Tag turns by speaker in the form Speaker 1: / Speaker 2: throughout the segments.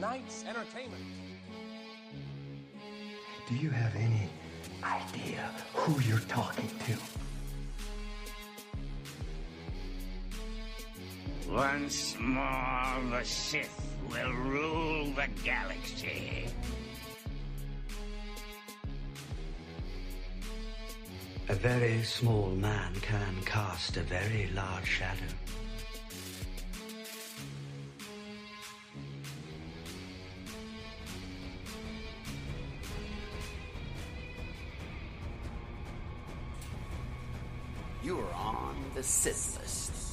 Speaker 1: night's entertainment.
Speaker 2: Do you have any idea who you're talking to?
Speaker 3: Once more, the Sith will rule the galaxy.
Speaker 4: A very small man can cast a very large shadow.
Speaker 5: You're on the Sith list.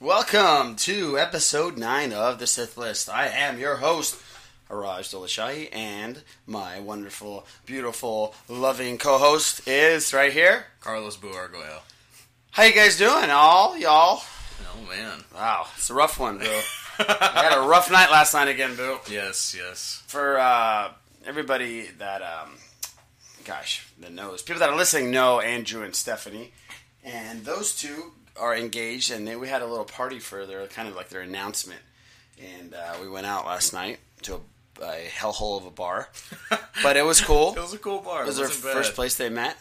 Speaker 5: Welcome to episode 9 of the Sith List. I am your host, Araj Dolashai, and my wonderful, beautiful, loving co host is right here.
Speaker 6: Carlos Buarguel.
Speaker 5: How you guys doing, all y'all?
Speaker 6: Oh man.
Speaker 5: Wow, it's a rough one, Boo. I had a rough night last night again, Boo.
Speaker 6: Yes, yes.
Speaker 5: For uh, everybody that, um, gosh, that knows, people that are listening know Andrew and Stephanie, and those two are engaged, and they, we had a little party for their kind of like their announcement, and uh, we went out last night to a, a hellhole of a bar, but it was cool.
Speaker 6: It was a cool bar.
Speaker 5: It
Speaker 6: It
Speaker 5: was their
Speaker 6: wasn't bad.
Speaker 5: first place they met.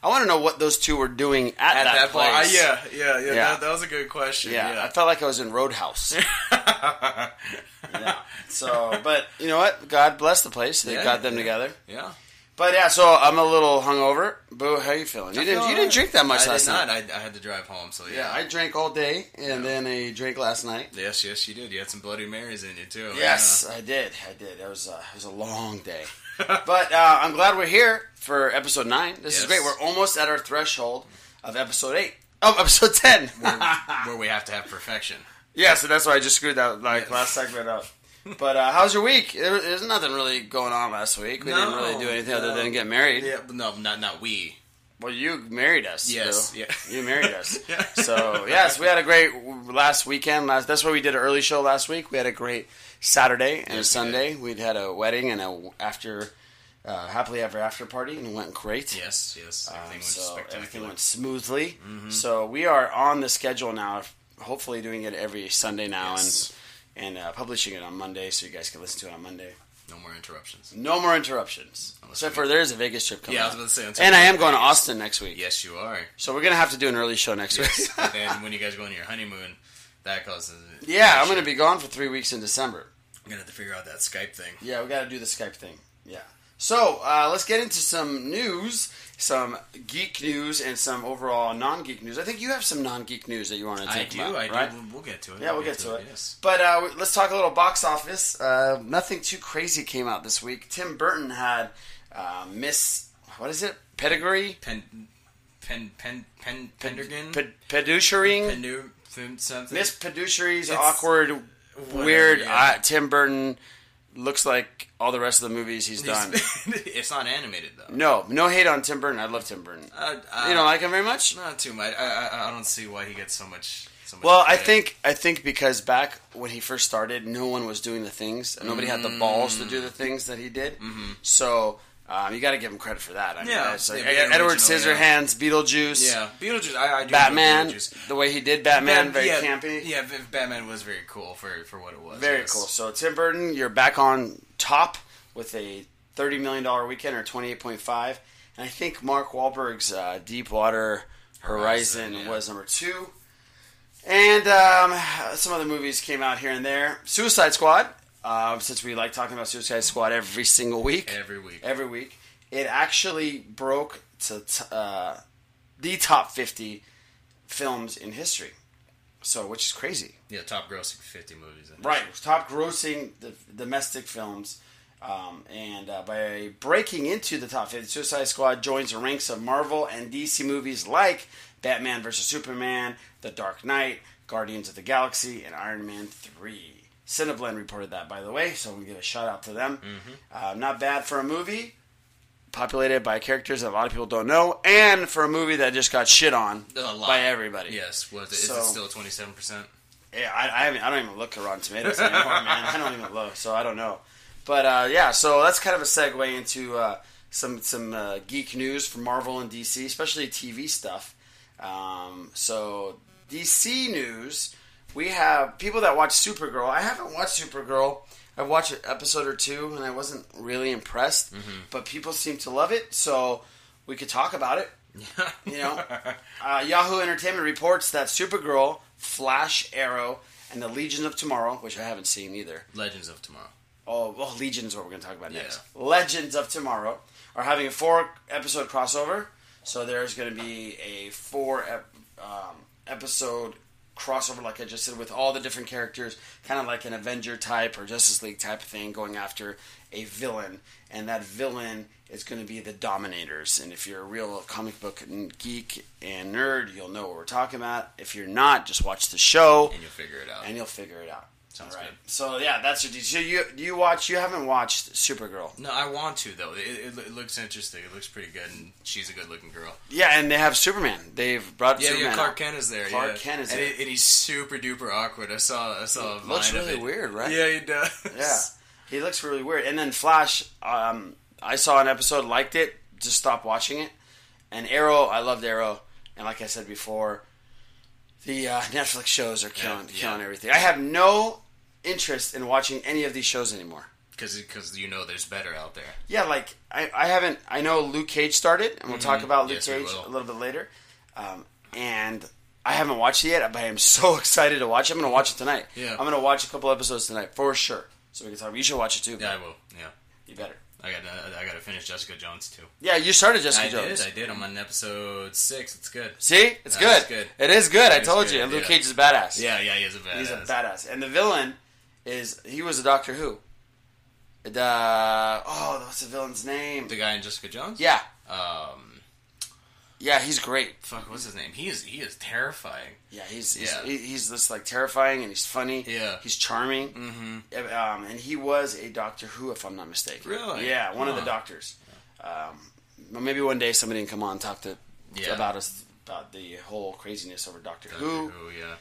Speaker 5: I want to know what those two were doing at,
Speaker 6: At
Speaker 5: that,
Speaker 6: that
Speaker 5: place.
Speaker 6: bar. Uh, yeah, yeah, yeah.
Speaker 5: Yeah.
Speaker 6: That, that was a good question.
Speaker 5: Yeah,
Speaker 6: Yeah.
Speaker 5: I felt like I was in Roadhouse. yeah. So, but you know what? God bless the place. They
Speaker 6: Yeah,
Speaker 5: got them
Speaker 6: yeah.
Speaker 5: together.
Speaker 6: yeah.
Speaker 5: But yeah, so I'm a little hungover. Boo, how you feeling? You didn't. You didn't drink that much
Speaker 6: I
Speaker 5: last
Speaker 6: did
Speaker 5: night.
Speaker 6: not. I, I had to drive home, so yeah.
Speaker 5: yeah, I drank all day and then I drank last night.
Speaker 6: yes, yes, you did. You had some Bloody Marys in you too.
Speaker 5: Yes, I did. I did. It was uh, it was a long day, but uh, I'm glad we're here for episode nine. This is great.
Speaker 6: Yes.
Speaker 5: We're almost at our threshold of episode eight. Oh, episode ten. Ah.
Speaker 6: Yeah. Where we have to have perfection.
Speaker 5: Yeah, so that's why I just screwed that like last segment up. But uh, how's your week? There, there's nothing really going on last week. We didn't
Speaker 6: No,
Speaker 5: really do anything other
Speaker 6: no.
Speaker 5: than get married.
Speaker 6: Yeah, but no, not not we.
Speaker 5: Well, you married us.
Speaker 6: Yes,
Speaker 5: Lou.
Speaker 6: yeah.
Speaker 5: you married us.
Speaker 6: Yeah.
Speaker 5: So yes, we had a great w- last weekend. Last that's why we did an early show last week. We had a great Saturday and a
Speaker 6: Yes, we
Speaker 5: Sunday. We'd had a wedding and a w- after uh, happily ever after party, and it went great.
Speaker 6: Yes, yes. Everything
Speaker 5: Um,
Speaker 6: was
Speaker 5: so
Speaker 6: spectacular. Mm-hmm.
Speaker 5: everything went smoothly. So we are on the schedule now. of Hopefully, doing it every Sunday now
Speaker 6: Yes.
Speaker 5: and and uh, publishing it on Monday, so you guys can listen to it on Monday.
Speaker 6: no more interruptions.
Speaker 5: No more interruptions, except for there's a Vegas trip coming.
Speaker 6: Yeah, I was
Speaker 5: up.
Speaker 6: about to say, on top
Speaker 5: and
Speaker 6: of
Speaker 5: I
Speaker 6: that,
Speaker 5: am going to
Speaker 6: Vegas.
Speaker 5: Austin next week.
Speaker 6: Yes, you are.
Speaker 5: So we're gonna have to do an early show next week.
Speaker 6: and then when you guys go on your honeymoon, that causes.
Speaker 5: yeah, I'm gonna be gone for three weeks in December.
Speaker 6: I'm gonna have to figure out that Skype thing.
Speaker 5: Yeah, we got to do the Skype thing. Yeah. So uh, let's get into some news, some geek news, and some overall non-geek news. I think you have some non-geek news that you want to
Speaker 6: I
Speaker 5: take
Speaker 6: do.
Speaker 5: about,
Speaker 6: I
Speaker 5: right?
Speaker 6: do. We'll, we'll get to it.
Speaker 5: Yeah, we'll get to it.
Speaker 6: Yes.
Speaker 5: But uh, we- let's talk a little box office. Uh, nothing too crazy came out this week. Tim Burton had uh, Miss, what is it? Pedigree?
Speaker 6: Pen, pen, pen, pen, Pendergan?
Speaker 5: Ped- Peducherying?
Speaker 6: Pendu, Fum- something?
Speaker 5: Miss Peduchery's
Speaker 6: It's-
Speaker 5: awkward,
Speaker 6: Whatever,
Speaker 5: weird.
Speaker 6: yeah.
Speaker 5: Uh, Tim Burton looks like all the rest of the movies he's done.
Speaker 6: it's not animated, though.
Speaker 5: no, no hate on Tim Burton. I love Tim Burton.
Speaker 6: Uh, uh,
Speaker 5: you don't like him very much?
Speaker 6: Not too much. I, I, I don't see why he gets so much. So much
Speaker 5: Well, I
Speaker 6: credit.
Speaker 5: think I think because back when he first started, no one was doing the things. and Nobody had the balls to
Speaker 6: Mm.
Speaker 5: do the things that he did. So um, you got to give him credit for that. I mean,
Speaker 6: Mm-hmm. Yeah,
Speaker 5: it's like
Speaker 6: yeah, being
Speaker 5: Edward
Speaker 6: original, yeah.
Speaker 5: Scissorhands, Beetlejuice,
Speaker 6: Yeah, Beetlejuice. I, I do
Speaker 5: Batman.
Speaker 6: enjoy Beetlejuice.
Speaker 5: The way he did Batman,
Speaker 6: Bat-
Speaker 5: very
Speaker 6: yeah,
Speaker 5: campy,
Speaker 6: Yeah, v- Batman was very cool for for what it was.
Speaker 5: very
Speaker 6: yes.
Speaker 5: cool. So Tim Burton, you're back on top with a thirty million dollar weekend or twenty eight point five, and I think Mark Wahlberg's uh, Deepwater Horizon,
Speaker 6: Horizon, yeah.
Speaker 5: was number two. And um, some other movies came out here and there. Suicide Squad, uh, since we like talking about Suicide Squad every single week,
Speaker 6: Every week.
Speaker 5: every week, it actually broke to t- uh, the top fifty films in history. So, which is crazy.
Speaker 6: yeah, top grossing fifty movies.
Speaker 5: Right, top grossing the domestic films, um, and uh, by breaking into the top 50, Suicide Squad joins the ranks of Marvel and DC movies like Batman vs Superman, The Dark Knight, Guardians of the Galaxy, and Iron Man Three. Cineblend reported that, by the way, so we give a shout out to them.
Speaker 6: Mm-hmm.
Speaker 5: Uh, not bad for a movie populated by characters that a lot of people don't know, and for a movie that just got shit on
Speaker 6: A lot.
Speaker 5: by everybody.
Speaker 6: Yes. Was it, is
Speaker 5: So-
Speaker 6: it still twenty seven percent?
Speaker 5: Yeah, I, I, haven't, I don't even look at Rotten Tomatoes anymore, man. I don't even look, so I don't know. But uh, yeah, so that's kind of a segue into uh, some some uh, geek news from Marvel and DC, especially TV stuff. Um, so DC news, we have people that watch Supergirl. I haven't watched Supergirl. I watched an episode or two, and I wasn't really impressed. But people seem to love it, so we could talk about it. you know, uh, Yahoo Entertainment reports that Supergirl, Flash, Arrow, and the Legions of Tomorrow, which I haven't seen either.
Speaker 6: Legends of Tomorrow.
Speaker 5: Oh, well, Legions is what we're going to talk about next. Legends of Tomorrow are having a four episode crossover. So there's going to be a four ep- um, episode crossover, like I just said, with all the different characters, kind of like an Avenger type or Justice League type thing, going after a villain. And that villain is going to be the Dominators. And if you're a real comic book n- geek and nerd, you'll know what we're talking about. If you're not, just watch the show
Speaker 6: And you'll figure it out.
Speaker 5: and you'll figure it out.
Speaker 6: Sounds
Speaker 5: All right.
Speaker 6: good.
Speaker 5: So yeah, that's your. So you you watch? You haven't watched Supergirl?
Speaker 6: No, I want to though. It, it, it looks interesting. It looks pretty good, and she's a good-looking girl.
Speaker 5: Yeah, and they have Superman. They've brought
Speaker 6: Yeah,
Speaker 5: Superman.
Speaker 6: yeah. Clark
Speaker 5: out.
Speaker 6: Kent is there.
Speaker 5: Clark
Speaker 6: yeah.
Speaker 5: Kent is
Speaker 6: and
Speaker 5: there.
Speaker 6: he- and he's super duper awkward. I saw. I saw. A
Speaker 5: Looks
Speaker 6: vine of
Speaker 5: really
Speaker 6: it.
Speaker 5: weird, right?
Speaker 6: Yeah, he does.
Speaker 5: Yeah, he looks really weird. And then Flash. Um, I saw an episode, liked it, just stopped watching it. And Arrow, I loved Arrow, and like I said before, the uh, Netflix shows are killing
Speaker 6: Yeah, yeah.
Speaker 5: killing everything. I have no interest in watching any of these shows anymore.
Speaker 6: because because you know there's better out there.
Speaker 5: Yeah, like I, I haven't. I know Luke Cage started, and we'll talk about Luke
Speaker 6: Mm-hmm. Yes, we
Speaker 5: Cage
Speaker 6: will.
Speaker 5: a little bit later. Um, and I haven't watched it yet, but I am so excited to watch. it. I'm going to watch it tonight.
Speaker 6: Yeah.
Speaker 5: I'm going to watch a couple episodes tonight for sure. So we can talk. You should watch it too.
Speaker 6: Yeah, I will. Yeah,
Speaker 5: you better.
Speaker 6: I got. to I got to finish Jessica Jones too.
Speaker 5: Yeah, you started Jessica
Speaker 6: I
Speaker 5: Jones.
Speaker 6: did. I did. I'm on episode six. It's good.
Speaker 5: See, it's
Speaker 6: No,
Speaker 5: good.
Speaker 6: it's good.
Speaker 5: It is good. I
Speaker 6: It is
Speaker 5: told
Speaker 6: good,
Speaker 5: you. And Luke
Speaker 6: yeah.
Speaker 5: Cage is a badass.
Speaker 6: Yeah, yeah, he is a badass.
Speaker 5: he's a badass. And the villain is he was a Doctor Who. The oh, what's the villain's name?
Speaker 6: The guy in Jessica Jones.
Speaker 5: Yeah,
Speaker 6: Um.
Speaker 5: yeah, he's great.
Speaker 6: Fuck. What's his name? He is. He is terrifying.
Speaker 5: Yeah, he's he's,
Speaker 6: Yeah.
Speaker 5: he- he's just like terrifying and he's funny.
Speaker 6: Yeah.
Speaker 5: he's charming. Mm-hmm. Um, and he was a Doctor Who, if I'm not mistaken.
Speaker 6: Really?
Speaker 5: Yeah, one of the
Speaker 6: Huh.
Speaker 5: doctors. Um, well, maybe one day somebody can come on and talk to
Speaker 6: Yeah.
Speaker 5: about us about the whole craziness over Doctor,
Speaker 6: Doctor
Speaker 5: Who.
Speaker 6: Who, yeah.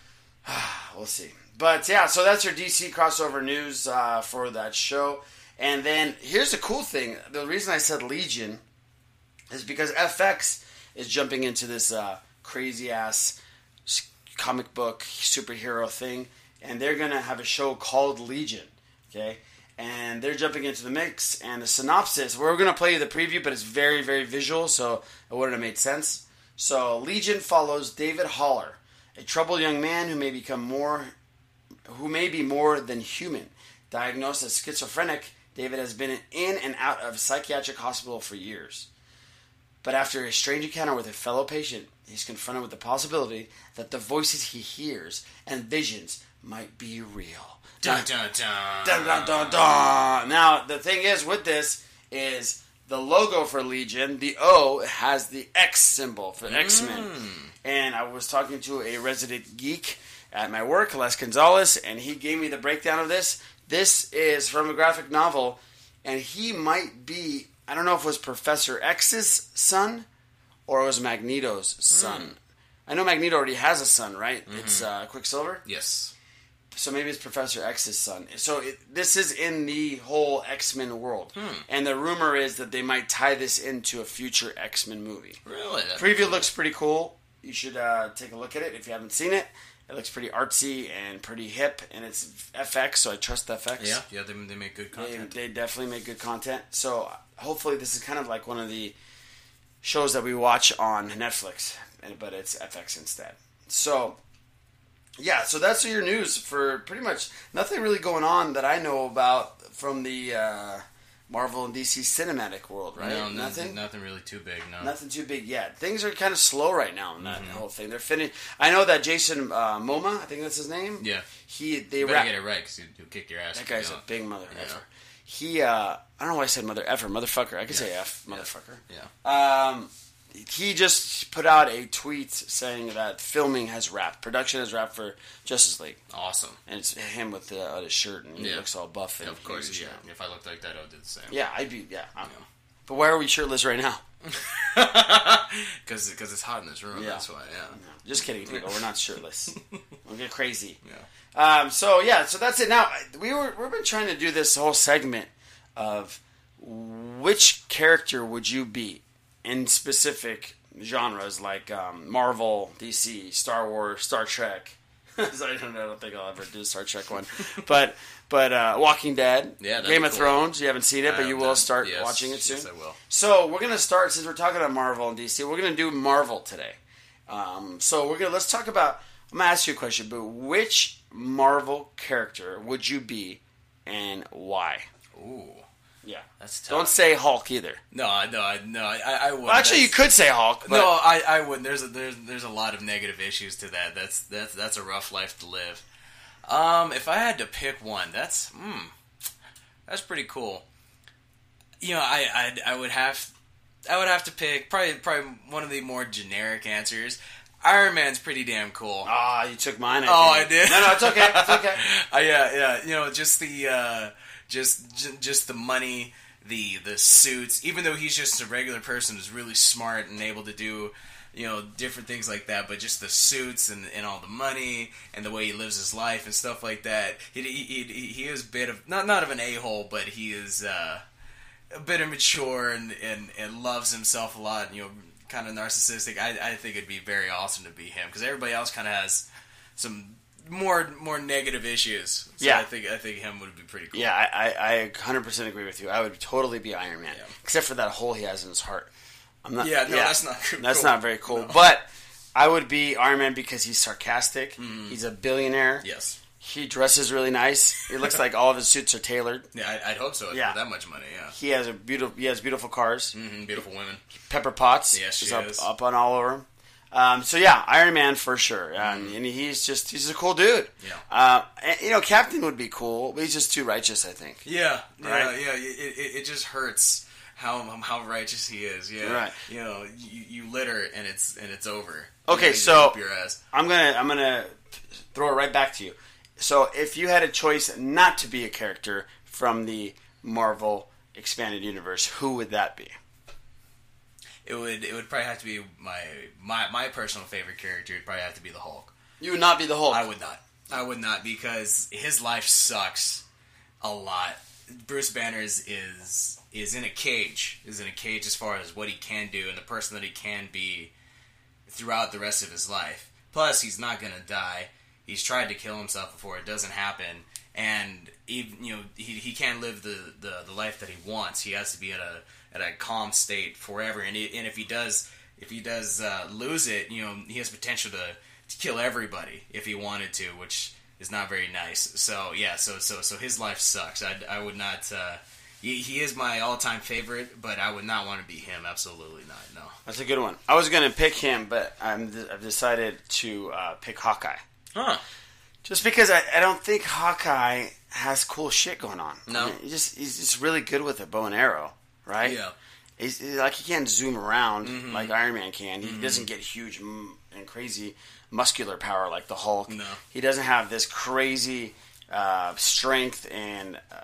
Speaker 5: We'll see. But yeah, so that's your DC crossover news uh, for that show. And then here's the cool thing: the reason I said Legion is because FX is jumping into this uh, crazy ass s- comic book superhero thing, and they're gonna have a show called Legion. Okay, and they're jumping into the mix and the synopsis. We're gonna play you the preview, but it's very very visual, so it wouldn't have made sense. So Legion follows David Holler, a troubled young man who may become more who may be more than human. Diagnosed as schizophrenic, David has been in and out of psychiatric hospital for years. But after a strange encounter with a fellow patient, he's confronted with the possibility that the voices he hears and visions might be real.
Speaker 6: Dun, dun, dun.
Speaker 5: Dun, dun, dun, dun. Now the thing is with this is the logo for Legion, the O has the X symbol for X Men. And I was talking to a resident geek at my work, Les Gonzalez, and he gave me the breakdown of this. This is from a graphic novel, and he might be I don't know if it was Professor X's son or it was Magneto's son. I know Magneto already has a son, right? It's uh, Quicksilver.
Speaker 6: Yes.
Speaker 5: So maybe it's Professor X's son. So it, this is in the whole X Men world, and the rumor is that they might tie this into a future X Men movie.
Speaker 6: Really? That-
Speaker 5: Preview looks pretty cool. You should uh, take a look at it if you haven't seen it. It looks pretty artsy and pretty hip, and it's FX, so I trust FX.
Speaker 6: Yeah, yeah, they, they make good
Speaker 5: They,
Speaker 6: content.
Speaker 5: they definitely make good content. So hopefully, this is kind of like one of the shows that we watch on Netflix, and- but it's FX instead. So yeah, so that's your news for pretty much nothing really going on that I know about from the uh, Marvel and DC cinematic world, right?
Speaker 6: No, nothing, nothing really too big. No.
Speaker 5: nothing too big yet. Things are kind of slow right now in
Speaker 6: Mm-hmm.
Speaker 5: that whole thing. They're finished. I know that Jason uh, Moma, I think that's his name.
Speaker 6: Yeah.
Speaker 5: he they
Speaker 6: You better
Speaker 5: wrap-
Speaker 6: get it right because he'll kick your ass.
Speaker 5: that
Speaker 6: if you
Speaker 5: guy's a
Speaker 6: don't.
Speaker 5: big mother
Speaker 6: Yeah.
Speaker 5: effer. He, uh, I don't know why I said mother effer, motherfucker. I could say F, motherfucker.
Speaker 6: Yeah.
Speaker 5: Um, he just put out a tweet saying that filming has wrapped, production has wrapped for Justice League,
Speaker 6: Awesome.
Speaker 5: and it's him with the, uh, the shirt, and he
Speaker 6: Yeah.
Speaker 5: looks all buff. And
Speaker 6: of course,
Speaker 5: huge.
Speaker 6: yeah. If I looked like that, I would do the same.
Speaker 5: yeah, I'd be, yeah, I don't know. But why are we shirtless right now?
Speaker 6: Because it's hot in this room.
Speaker 5: Yeah.
Speaker 6: That's why. Yeah.
Speaker 5: Just kidding, people. We're not shirtless. We'll get crazy.
Speaker 6: Yeah.
Speaker 5: Um, so yeah, so that's it. Now I- we were we've been trying to do this whole segment of which character would you be in specific genres like um, Marvel, DC, Star Wars, Star Trek. so I don't know. I don't think I'll ever do a Star Trek one, but but uh, Walking Dead,
Speaker 6: Yeah, that'd
Speaker 5: Game
Speaker 6: be
Speaker 5: of
Speaker 6: cool.
Speaker 5: Thrones. You haven't seen it,
Speaker 6: I
Speaker 5: but you
Speaker 6: have
Speaker 5: will
Speaker 6: not.
Speaker 5: start
Speaker 6: Yes,
Speaker 5: watching it soon.
Speaker 6: yes, I will.
Speaker 5: So we're gonna start since we're talking about Marvel and DC. We're gonna do Marvel today. Um, so we're gonna let's talk about. I'm gonna ask you a question, but which Marvel character would you be, and why?
Speaker 6: Ooh,
Speaker 5: Yeah,
Speaker 6: that's tough.
Speaker 5: don't say Hulk either.
Speaker 6: no, I- no, I- no. I, I, I would.
Speaker 5: Actually, you
Speaker 6: That's-
Speaker 5: could say Hulk. But
Speaker 6: no, I, I wouldn't. There's a, there's there's a lot of negative issues to that. That's that's that's a rough life to live. Um, if I had to pick one, that's hmm, that's pretty cool. You know, I I, I would have I would have to pick probably probably one of the more generic answers. Iron Man's pretty damn cool.
Speaker 5: Ah, you took mine. I
Speaker 6: Oh,
Speaker 5: think.
Speaker 6: I did.
Speaker 5: No, no, it's okay. It's okay.
Speaker 6: uh, yeah, yeah. You know, just the uh, just j- just the money, the the suits. Even though he's just a regular person, who's really smart and able to do you know different things like that. But just the suits and, and all the money and the way he lives his life and stuff like that. He he, he, he is a bit of not not of an a hole, but he is. Uh, a bit immature and, and, and loves himself a lot and you know kind of narcissistic I, I think it'd be very awesome to be him because everybody else kind of has some more more negative issues so
Speaker 5: Yeah.
Speaker 6: I think I think him would be pretty cool
Speaker 5: Yeah, I, I, I 100% agree with you. I would totally be Iron Man,
Speaker 6: Yeah.
Speaker 5: except for that hole he has in his heart. I'm not.
Speaker 6: Yeah, no, that's not cool.
Speaker 5: That's not very cool. But I would be Iron Man because he's sarcastic.
Speaker 6: Mm-hmm.
Speaker 5: He's a billionaire.
Speaker 6: yes
Speaker 5: He dresses really nice. It looks like all of his suits are tailored.
Speaker 6: yeah I, I'd hope so
Speaker 5: Yeah.
Speaker 6: yeah that much money yeah
Speaker 5: He has a beautiful. He has beautiful cars.
Speaker 6: hmm beautiful women
Speaker 5: Pepper Potts
Speaker 6: Yes, she
Speaker 5: is, up,
Speaker 6: is.
Speaker 5: up on all over him. Um, so yeah, Iron Man for sure, um, and he's just he's a cool dude.
Speaker 6: Mm-hmm. Yeah.
Speaker 5: Uh, and, you know, Captain would be cool, but he's just too righteous, I think.
Speaker 6: yeah yeah
Speaker 5: Right.
Speaker 6: yeah it, it, it just hurts how how righteous he is yeah
Speaker 5: Right.
Speaker 6: you know you, you litter and it's and it's over
Speaker 5: Okay,
Speaker 6: You know, you
Speaker 5: so-
Speaker 6: up your ass
Speaker 5: I'm gonna I'm gonna throw it right back to you. So if you had a choice not to be a character from the Marvel expanded universe, who would that be?
Speaker 6: it would it would probably have to be my my my personal favorite character would probably have to be the Hulk.
Speaker 5: You would not be the Hulk.
Speaker 6: I would not. I would not because his life sucks a lot. Bruce Banner's is is in a cage. Is in a cage as far as what he can do and the person that he can be throughout the rest of his life. Plus, he's not gonna die. He's tried to kill himself before. It doesn't happen. And even you know he, he can't live the, the, the life that he wants. He has to be at a at a calm state forever. And he, and if he does if he does uh, lose it, you know he has potential to, to kill everybody if he wanted to, which is not very nice. So yeah, so so so his life sucks. I I would not. Uh, he, he is my all time favorite, but I would not want to be him. Absolutely not. No.
Speaker 5: That's a good one. I was gonna pick him, but I'm I've decided to uh, pick Hawkeye.
Speaker 6: Huh.
Speaker 5: Just because I, I don't think Hawkeye has cool shit going on.
Speaker 6: No.
Speaker 5: I mean, he just he's just really good with a bow and arrow, right?
Speaker 6: Yeah.
Speaker 5: He's, he's- like he can't zoom around
Speaker 6: Mm-hmm.
Speaker 5: like Iron Man can. He doesn't get huge m- and crazy muscular power like the Hulk.
Speaker 6: No.
Speaker 5: He doesn't have this crazy uh, strength and uh,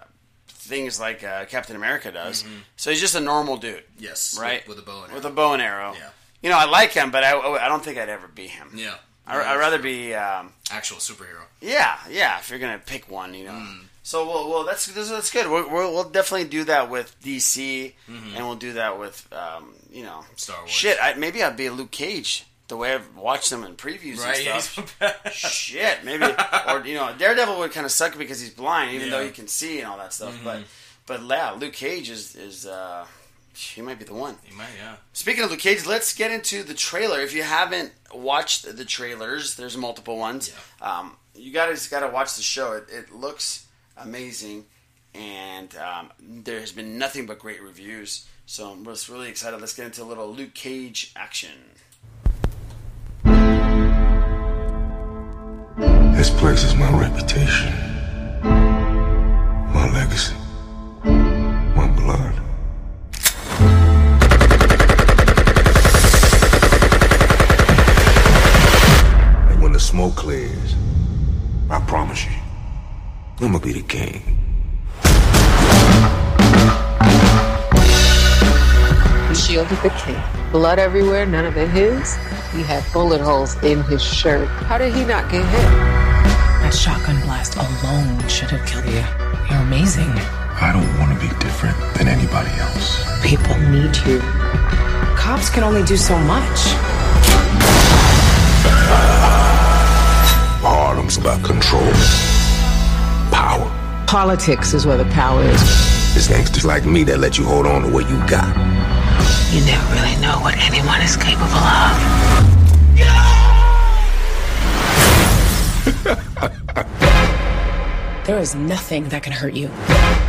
Speaker 5: things like uh, Captain America does.
Speaker 6: Mm-hmm.
Speaker 5: So he's just a normal dude.
Speaker 6: Yes.
Speaker 5: Right.
Speaker 6: With, with a bow and
Speaker 5: With a
Speaker 6: arrow.
Speaker 5: bow and arrow.
Speaker 6: Yeah.
Speaker 5: You know, I like him, but I, I don't think I'd ever be him.
Speaker 6: yeah.
Speaker 5: I, I'd rather be. Um,
Speaker 6: actual superhero.
Speaker 5: yeah, yeah. If you're gonna pick one, you know.
Speaker 6: Mm.
Speaker 5: So well, well, that's that's, that's good. We'll, we'll we'll definitely do that with DC, and we'll do that with um, you know
Speaker 6: Mm-hmm. Star Wars.
Speaker 5: Shit, I, maybe I'd be Luke Cage the way I've watched them in previews
Speaker 6: Yeah,
Speaker 5: and stuff. shit, maybe or you know Daredevil would kind of suck because he's blind, even
Speaker 6: Yeah. Mm-hmm.
Speaker 5: though he can see and all that stuff. But but yeah, Luke Cage is is uh, he might be the one.
Speaker 6: he might, yeah.
Speaker 5: Speaking of Luke Cage, let's get into the trailer. If you haven't watched the trailers, there's multiple ones. Um, you guys got to watch the show. It, it looks amazing, and um, there has been nothing but great reviews. So I'm just really excited. Let's get into a little Luke Cage action.
Speaker 1: This place is my reputation, my legacy, my blood. And when the smoke clears, I promise you, I'm gonna be the king.
Speaker 7: The shield of the king. Blood everywhere, none of it his. He had bullet holes in his shirt. How did he not get hit? I
Speaker 8: That shotgun blast alone should have killed you. You're amazing.
Speaker 1: I don't want to be different than anybody else.
Speaker 8: People need you. Cops can only do so much.
Speaker 1: Harlem's about control. Power.
Speaker 7: Politics is where the power is.
Speaker 1: It's gangsters like me that let you hold on to what you got.
Speaker 8: You never really know what anyone is capable of. there is nothing that can hurt you.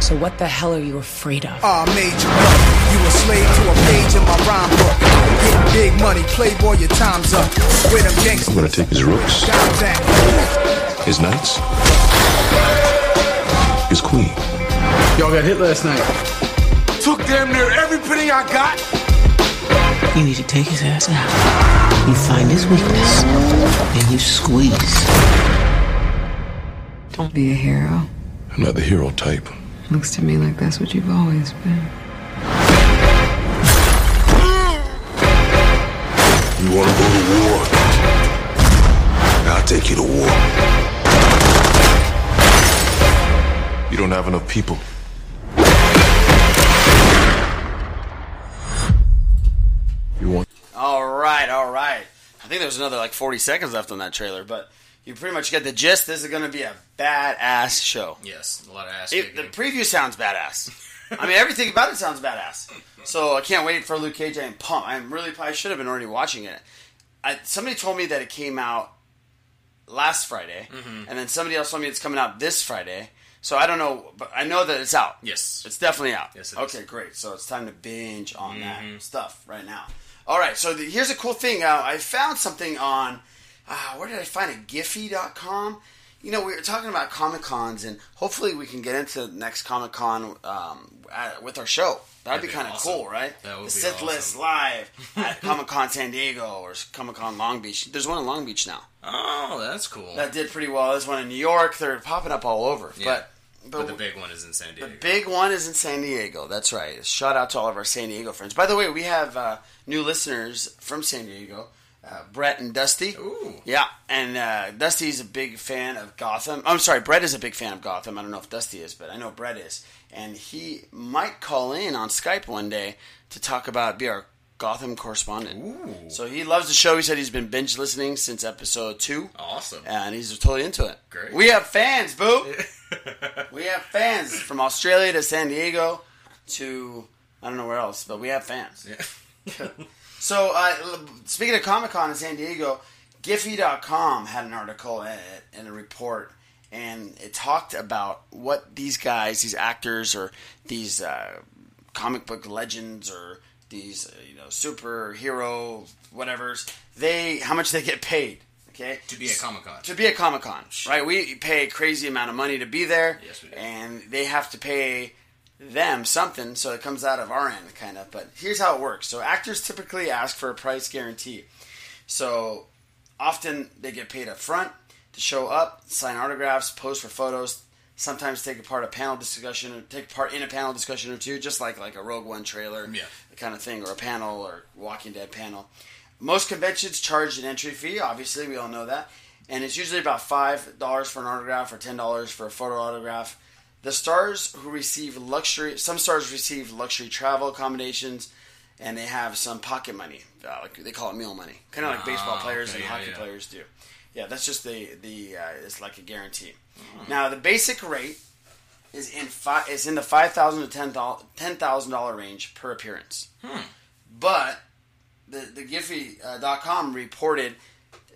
Speaker 8: So what the hell are you afraid of?
Speaker 9: I made you up. You a slave to a page in my rhyme book. Get big money, playboy, your time's up. With them
Speaker 1: I'm
Speaker 9: gangsters,
Speaker 1: gonna take his rooks,
Speaker 9: got back.
Speaker 1: his knights, his queen.
Speaker 10: Y'all got hit last night.
Speaker 1: Took damn near every penny I got.
Speaker 8: You need to take his ass out. You find his weakness and you squeeze.
Speaker 7: Don't be a hero.
Speaker 1: I'm not the hero type.
Speaker 7: Looks to me like that's what you've always been.
Speaker 1: You wanna go to war? I'll take you to war. You don't have enough people. You want
Speaker 5: All right, all right. I think there's another like 40 seconds left on that trailer, but you pretty much get the gist. This is going to be a badass show.
Speaker 6: Yes, a lot of ass
Speaker 5: It,
Speaker 6: kicking.
Speaker 5: the preview sounds badass. I mean, everything about it sounds badass. So I can't wait for Luke Cage. I'm pumped. I'm really. I should have been already watching it. I, somebody told me that it came out last Friday, and then somebody else told me it's coming out this Friday. So I don't know, but I know that it's out.
Speaker 6: Yes.
Speaker 5: it's definitely out.
Speaker 6: Yes, it is. Mm-hmm.
Speaker 5: okay, great. So it's time to binge on that stuff right now. All right. So the, here's a cool thing. Uh, I found something on uh, where did I find it? Giphy.com. You know, we were talking about Comic Cons, and hopefully we can get into the next Comic Con um, at- with our show. That'd, be,
Speaker 6: be
Speaker 5: kind of
Speaker 6: awesome.
Speaker 5: cool, right?
Speaker 6: That
Speaker 5: the
Speaker 6: would be
Speaker 5: Sith
Speaker 6: awesome.
Speaker 5: List live at Comic Con San Diego or Comic Con Long Beach. There's one in Long Beach now
Speaker 6: oh, that's cool.
Speaker 5: that did pretty well. There's one in New York. They're popping up all over.
Speaker 6: Yeah.
Speaker 5: But,
Speaker 6: but
Speaker 5: but,
Speaker 6: the big one is in San Diego.
Speaker 5: the big one is in San Diego. That's right. Shout out to all of our San Diego friends. By the way, we have uh, new listeners from San Diego. Uh, Brett and Dusty.
Speaker 6: Ooh.
Speaker 5: Yeah, and uh, Dusty's a big fan of Gotham. I'm sorry, Brett is a big fan of Gotham. I don't know if Dusty is, but I know Brett is. And he might call in on Skype one day to talk about, be our Gotham correspondent. So he loves the show. He said he's been binge listening since episode two
Speaker 6: awesome.
Speaker 5: and he's totally into it.
Speaker 6: Great.
Speaker 5: We have fans, boo. we have fans from Australia to San Diego to I don't know where else, but we have fans. so, uh, l- speaking of Comic Con in San Diego, Giphy.com had an article and- and a report, and it talked about what these guys, these actors, or these uh, comic book legends, or these uh, you know superhero whatever's they how much they get paid. Okay,
Speaker 6: to be a Comic Con.
Speaker 5: to be a Comic Con, right? We pay a crazy amount of money to be there.
Speaker 6: Yes, we do.
Speaker 5: And they have to pay them something, so it comes out of our end, kind of. But here's how it works: so actors typically ask for a price guarantee. So often they get paid up front to show up, sign autographs, pose for photos. Sometimes take a part a panel discussion or take part in a panel discussion or two, just like like a Rogue One trailer,
Speaker 6: Yeah.
Speaker 5: kind of thing, or a panel or Walking Dead panel. Most conventions charge an entry fee. Obviously, we all know that, and it's usually about five dollars for an autograph or ten dollars for a photo autograph. The stars who receive luxury, some stars receive luxury travel accommodations, and they have some pocket money. Uh, like they call it meal money, kind of like baseball players
Speaker 6: Ah, okay,
Speaker 5: and
Speaker 6: yeah,
Speaker 5: hockey
Speaker 6: yeah.
Speaker 5: players do. Yeah, that's just the the uh, it's like a guarantee.
Speaker 6: Uh-huh.
Speaker 5: Now the basic rate is in five is in the five thousand to ten ten thousand dollar range per appearance. But the the Giphy uh, dot com reported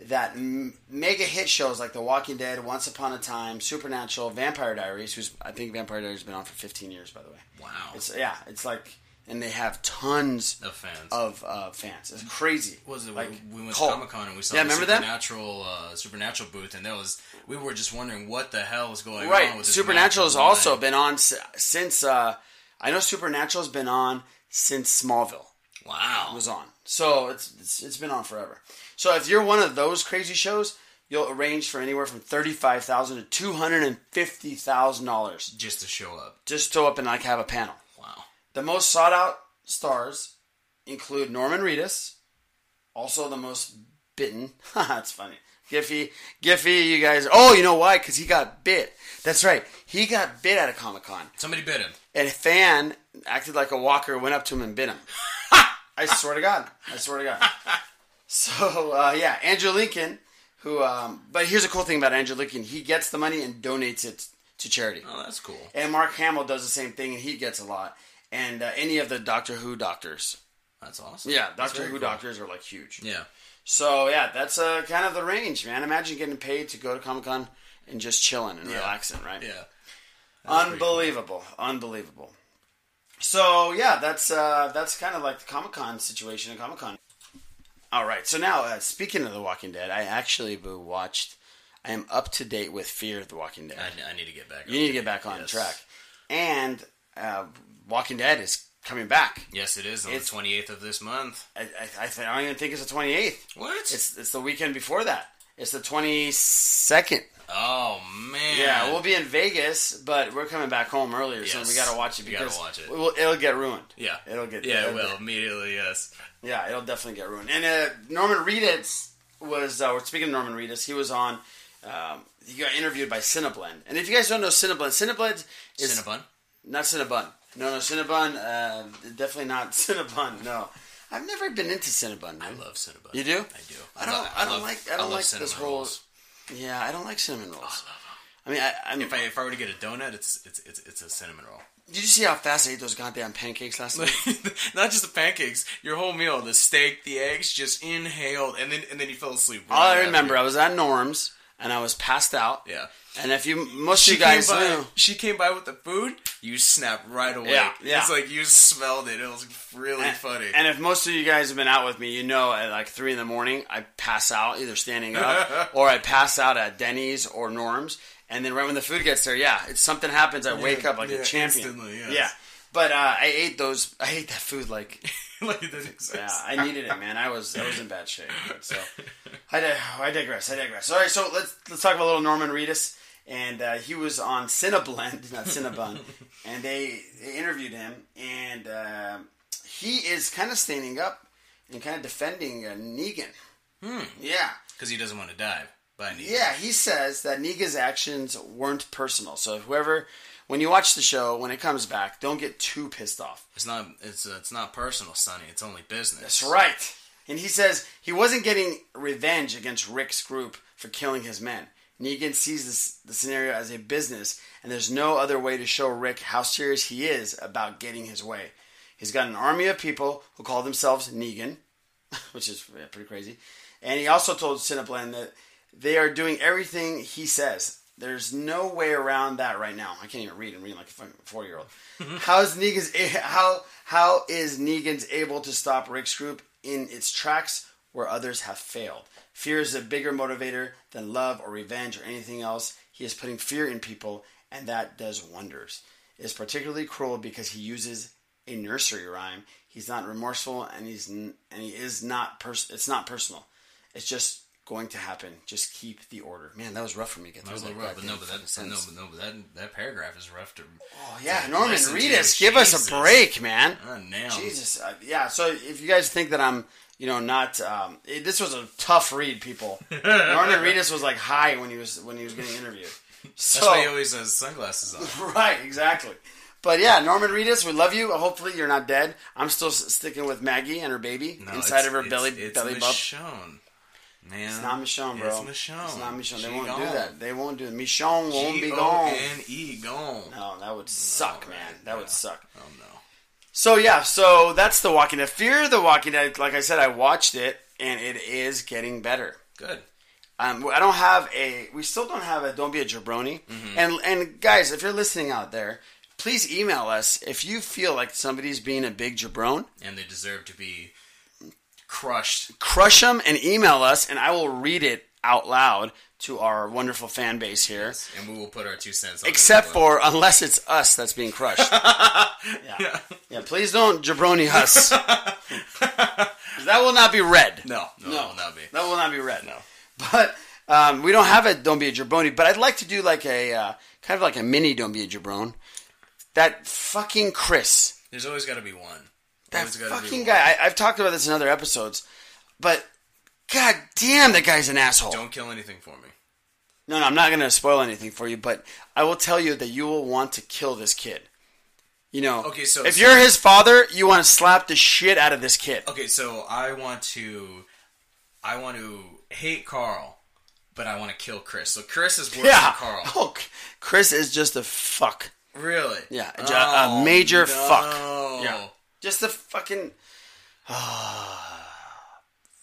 Speaker 5: that m- mega hit shows like The Walking Dead, Once Upon a Time, Supernatural, Vampire Diaries, who's I think Vampire Diaries has been on for fifteen years by the way.
Speaker 6: Wow.
Speaker 5: It's yeah, it's like and they have tons
Speaker 6: Of fans.
Speaker 5: of uh, fans. It's crazy.
Speaker 6: What was it
Speaker 5: Like,
Speaker 6: we went
Speaker 5: cult.
Speaker 6: to Comic Con and we saw
Speaker 5: Yeah,
Speaker 6: the
Speaker 5: remember that?
Speaker 6: supernatural uh, supernatural booth and that was we were just wondering what the hell was going on
Speaker 5: right.
Speaker 6: with this
Speaker 5: Supernatural has
Speaker 6: has
Speaker 5: also been on s- since uh, I know Supernatural's been on since Smallville
Speaker 6: wow
Speaker 5: was on. So it's, it's it's been on forever. So if you're one of those crazy shows, you'll arrange for anywhere from thirty five thousand to two hundred and fifty thousand dollars
Speaker 6: just to show up
Speaker 5: just to show up and like have a panel.
Speaker 6: wow
Speaker 5: The most sought out stars include Norman Reedus, also the most bitten. That's funny. Giffy, Giffy, you guys. Oh, you know why? Because he got bit. That's right. He got bit at a Comic Con.
Speaker 6: Somebody bit him.
Speaker 5: And a fan acted like a walker, went up to him and bit him. I swear to God. I swear to God. So, uh, yeah, Andrew Lincoln, who, um, but here's a cool thing about Andrew Lincoln he gets the money and donates it to charity.
Speaker 6: Oh, that's cool.
Speaker 5: And Mark Hamill does the same thing and he gets a lot. And uh, any of the Doctor Who doctors.
Speaker 6: That's awesome.
Speaker 5: Yeah,
Speaker 6: That's
Speaker 5: Doctor
Speaker 6: very
Speaker 5: Who
Speaker 6: cool.
Speaker 5: doctors are like huge.
Speaker 6: Yeah.
Speaker 5: So yeah, that's uh, kind of the range, man. Imagine getting paid to go to Comic Con and just chilling and relaxing, right?
Speaker 6: Yeah.
Speaker 5: unbelievable, unbelievable. So yeah, that's uh, that's kind of like the Comic Con situation in Comic Con. All right, so now uh, speaking of The Walking Dead, I actually boo watched. I am up to date with Fear of the Walking Dead.
Speaker 6: I, I need to get back.
Speaker 5: you need to get back on
Speaker 6: Yes.
Speaker 5: track. And uh, Walking Dead is coming back.
Speaker 6: Yes, it is on
Speaker 5: It's-
Speaker 6: the 28th of this month.
Speaker 5: I, I, I, th- I don't even think it's the twenty eighth.
Speaker 6: What?
Speaker 5: It's it's the weekend before that. It's the twenty second.
Speaker 6: oh man.
Speaker 5: Yeah, we'll be in Vegas, but we're coming back home earlier, so
Speaker 6: Yes.
Speaker 5: we gotta watch it
Speaker 6: We gotta
Speaker 5: because
Speaker 6: watch it.
Speaker 5: will it'll get ruined.
Speaker 6: Yeah.
Speaker 5: it'll get
Speaker 6: Yeah, it
Speaker 5: it'll
Speaker 6: will
Speaker 5: get-
Speaker 6: immediately. Yes.
Speaker 5: yeah, it'll definitely get ruined. And uh, Norman Reedus was uh, we're speaking of Norman Reedus. He was on. Um, he got interviewed by Cineblend, and if you guys don't know Cineblend, Cineblend is
Speaker 6: Cinnabon.
Speaker 5: not Cinnabon. No, no, Cinnabon. Uh, definitely not Cinnabon. No, I've never been into Cinnabon.
Speaker 6: I
Speaker 5: man.
Speaker 6: love Cinnabon.
Speaker 5: You do?
Speaker 6: I do.
Speaker 5: I don't.
Speaker 6: love-
Speaker 5: I, don't
Speaker 6: love-
Speaker 5: like. I don't
Speaker 6: love
Speaker 5: like
Speaker 6: cinnamon
Speaker 5: this whole.
Speaker 6: rolls. Oh,
Speaker 5: Yeah, I don't like cinnamon rolls.
Speaker 6: I love 'em.
Speaker 5: I mean, I, I'm,
Speaker 6: If I if I were to get a donut, it's it's it's, it's a cinnamon roll.
Speaker 5: did you see how fast I ate those goddamn pancakes last night?
Speaker 6: Not just the pancakes, your whole meal, the steak, the eggs, just inhaled, and then and then you fell asleep.
Speaker 5: All I
Speaker 6: right
Speaker 5: remember, I
Speaker 6: after.
Speaker 5: was at Norm's and I was passed out.
Speaker 6: Yeah.
Speaker 5: And if you, most of you
Speaker 6: came
Speaker 5: guys
Speaker 6: by,
Speaker 5: knew.
Speaker 6: She came by with the food. You snapped right away.
Speaker 5: Yeah, yeah.
Speaker 6: It's like you smelled it. It was really
Speaker 5: And,
Speaker 6: funny.
Speaker 5: and if most of you guys have been out with me, you know at like three in the morning, I pass out either standing up or I pass out at Denny's or Norm's. And then right when the food gets there, yeah, it's something happens. I wake up like
Speaker 6: yeah,
Speaker 5: a champion.
Speaker 6: instantly, yes.
Speaker 5: Yeah. But uh, I ate those. I ate that food like
Speaker 6: like it doesn't exist.
Speaker 5: Yeah, I needed it, man. I was I was in bad shape. So I, di- I digress. I digress. All right, so let's let's talk about little Norman Reedus, and uh, he was on Cineblend, not Cinnabon, and they, they interviewed him, and uh, he is kind of standing up and kind of defending uh, Negan. Yeah,
Speaker 6: Because he doesn't want to dive. But I need
Speaker 5: yeah. He says that Negan's actions weren't personal. So whoever, when you watch the show, when it comes back, don't get too pissed off.
Speaker 6: It's not. It's uh, it's not personal, Sonny. It's only business.
Speaker 5: That's right. And he says he wasn't getting revenge against Rick's group for killing his men. Negan sees this, the scenario as a business, and there's no other way to show Rick how serious he is about getting his way. He's got an army of people who call themselves Negan, which is yeah, pretty crazy. And he also told Cineplan that they are doing everything he says. There's no way around that right now. I can't even read. I'm reading like a fucking four year old. how is Negan's how how is Negan's able to stop Rick's group in its tracks where others have failed? Fear is a bigger motivator than love or revenge or anything else. He is putting fear in people, and that does wonders. It is particularly cruel because he uses a nursery rhyme. He's not remorseful, and he's n- and he is not pers- It's not personal. It's just going to happen. Just keep the order. Man, that was rough for me to get
Speaker 6: No,
Speaker 5: through. that
Speaker 6: but, no, but
Speaker 5: goddamn
Speaker 6: no, but
Speaker 5: fucking
Speaker 6: that, no,
Speaker 5: sentence.
Speaker 6: but no, but that, that paragraph is rough to.
Speaker 5: Oh yeah,
Speaker 6: to
Speaker 5: Norman
Speaker 6: listen to.
Speaker 5: Reedus, give us
Speaker 6: Jesus.
Speaker 5: a break, man.
Speaker 6: Ah, now.
Speaker 5: Jesus, uh, yeah. So if you guys think that I'm, you know, not um, it, this was a tough read, people. Norman Reedus was like high when he was when he was getting interviewed. So
Speaker 6: That's why he
Speaker 5: Oh.
Speaker 6: always has sunglasses on.
Speaker 5: right, exactly. But yeah, Norman Reedus, we love you. Hopefully, you're not dead. I'm still s- sticking with Maggie and her baby
Speaker 6: No,
Speaker 5: inside
Speaker 6: it's-
Speaker 5: of her
Speaker 6: it's-
Speaker 5: belly
Speaker 6: it's
Speaker 5: belly bump.
Speaker 6: Michonne, man.
Speaker 5: It's not Michonne, bro.
Speaker 6: It's Michonne.
Speaker 5: It's not Michonne. They
Speaker 6: She
Speaker 5: won't do
Speaker 6: gone.
Speaker 5: that. They won't do it. Michonne won't be gone.
Speaker 6: G-O-N-E, E, gone.
Speaker 5: No, that would suck, man. That
Speaker 6: yeah.
Speaker 5: would suck.
Speaker 6: Oh no.
Speaker 5: So yeah, so that's The Walking Dead. Fear of the Walking Dead. Like I said, I watched it and it is getting better.
Speaker 6: Good.
Speaker 5: Um, I don't have a. We still don't have a. Don't be a jabroni. And and guys, if you're listening out there, please email us if you feel like somebody's being a big jabron.
Speaker 6: And they deserve to be crushed.
Speaker 5: Crush them and email us, and I will read it out loud to our wonderful fan base here.
Speaker 6: And we will put our two cents on. it.
Speaker 5: Except for unless it's us that's being crushed. yeah. yeah. Please don't jabroni us. that will not be read.
Speaker 6: no, no, no, not be.
Speaker 5: That will not be read. No. But um, we don't have a don't be a jabroni. But I'd like to do like a uh, kind of like a mini don't be a jabron. That fucking Chris.
Speaker 6: There's always got to be one.
Speaker 5: That
Speaker 6: Always gotta be
Speaker 5: fucking
Speaker 6: one.
Speaker 5: guy. I, I've talked about this in other episodes, but God damn, that guy's an asshole.
Speaker 6: Don't kill anything for me.
Speaker 5: No, no, I'm not going to spoil anything for you, but I will tell you that you will want to kill this kid. You know,
Speaker 6: Okay, so-
Speaker 5: if you're his father, you want to slap the shit out of this kid.
Speaker 6: Okay, so I want to, I want to hate Carl, but I want to kill Chris. So Chris is worse
Speaker 5: yeah.
Speaker 6: than Carl.
Speaker 5: Oh, C- Chris is just a fuck.
Speaker 6: Really? Oh,
Speaker 5: Yeah, a, a major
Speaker 6: no.
Speaker 5: fuck. Yeah. Just a fucking.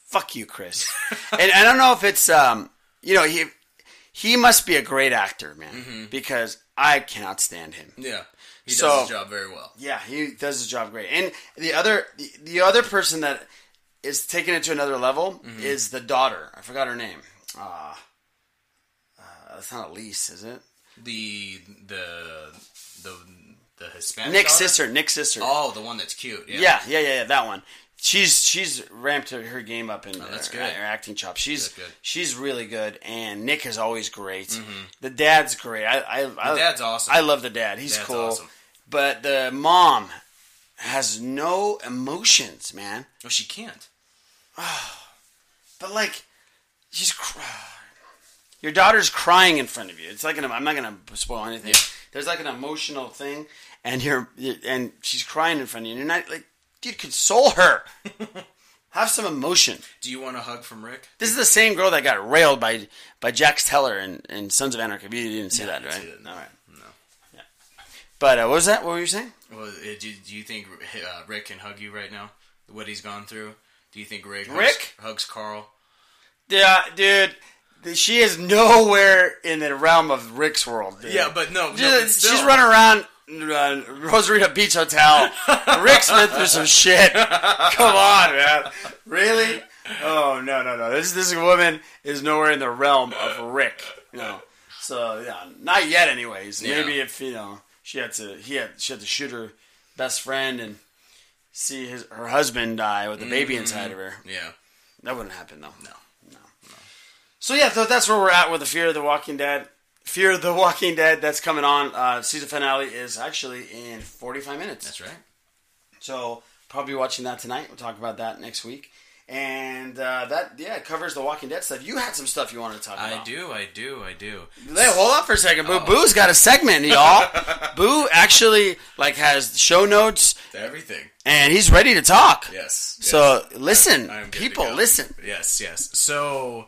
Speaker 5: fuck you, Chris. and I don't know if it's um, you know, he he must be a great actor, man, because I cannot stand him.
Speaker 6: Yeah. He does
Speaker 5: So-
Speaker 6: his job very well.
Speaker 5: Yeah, he does his job great. And the other the, the other person that is taking it to another level is the daughter. I forgot her name. Uh, uh, that's not Elise, is it?
Speaker 6: The the the the Hispanic
Speaker 5: Nick's
Speaker 6: daughter?
Speaker 5: sister. Nick's sister.
Speaker 6: Oh, the one that's cute. Yeah.
Speaker 5: Yeah, yeah, yeah, yeah, that one. She's she's ramped her, her game up in
Speaker 6: Oh, that's
Speaker 5: her,
Speaker 6: good.
Speaker 5: her acting chops. She's
Speaker 6: That's good. Mm-hmm.
Speaker 5: she's really good, and Nick is always great. The dad's great. I I, I
Speaker 6: dad's awesome.
Speaker 5: I love the dad. He's
Speaker 6: Dad's
Speaker 5: cool.
Speaker 6: awesome.
Speaker 5: But the mom has no emotions, man.
Speaker 6: Oh, she can't.
Speaker 5: But like, she's cr- your daughter's crying in front of you. It's like an I'm not gonna spoil anything. There's like an emotional thing, and you're and she's crying in front of you. And you're not like, dude, console her. Have some emotion.
Speaker 6: Do you want a hug from Rick?
Speaker 5: This is the same girl that got railed by by Jax Teller and, and Sons of Anarchy. You didn't see that,
Speaker 6: I
Speaker 5: right?
Speaker 6: didn't.
Speaker 5: All right.
Speaker 6: No.
Speaker 5: But uh, what was that? What were you saying?
Speaker 6: Well, uh, do, do you think uh, Rick can hug you right now? What he's gone through? Do you think Rick hugs,
Speaker 5: Rick?
Speaker 6: hugs Carl?
Speaker 5: Yeah, dude. th- She is nowhere in the realm of Rick's world. Dude.
Speaker 6: Yeah, but no, no,
Speaker 5: She-
Speaker 6: but
Speaker 5: she's,
Speaker 6: still.
Speaker 5: running around uh, Rosarita Beach Hotel. Rick's been through some shit. Come on, man. Really? Oh no, no, no. This this woman is nowhere in the realm of Rick. You know. So yeah, not yet. Anyways, maybe
Speaker 6: Yeah.
Speaker 5: if you know she had to, he had she had to shoot her best friend and see his her husband die with the
Speaker 6: Mm-hmm.
Speaker 5: baby inside of her.
Speaker 6: Yeah.
Speaker 5: That wouldn't happen though. No. No. So yeah, so that's where we're at with the Fear of the Walking Dead. Fear of the Walking Dead that's coming on. Uh, season finale is actually in 45 minutes.
Speaker 6: That's right.
Speaker 5: So probably watching that tonight. We'll talk about that next week. And uh, that yeah covers the Walking Dead stuff. You had some stuff you wanted to talk about.
Speaker 6: I do, Oh. I do, I do.
Speaker 5: Hey, hold on for a second. Boo Boo's got a segment, y'all. Boo actually like has show notes
Speaker 6: Everything.
Speaker 5: and he's ready to talk.
Speaker 6: Yes. yes.
Speaker 5: So listen,
Speaker 6: I am good to
Speaker 5: people,
Speaker 6: go.
Speaker 5: listen.
Speaker 6: Yes, yes. So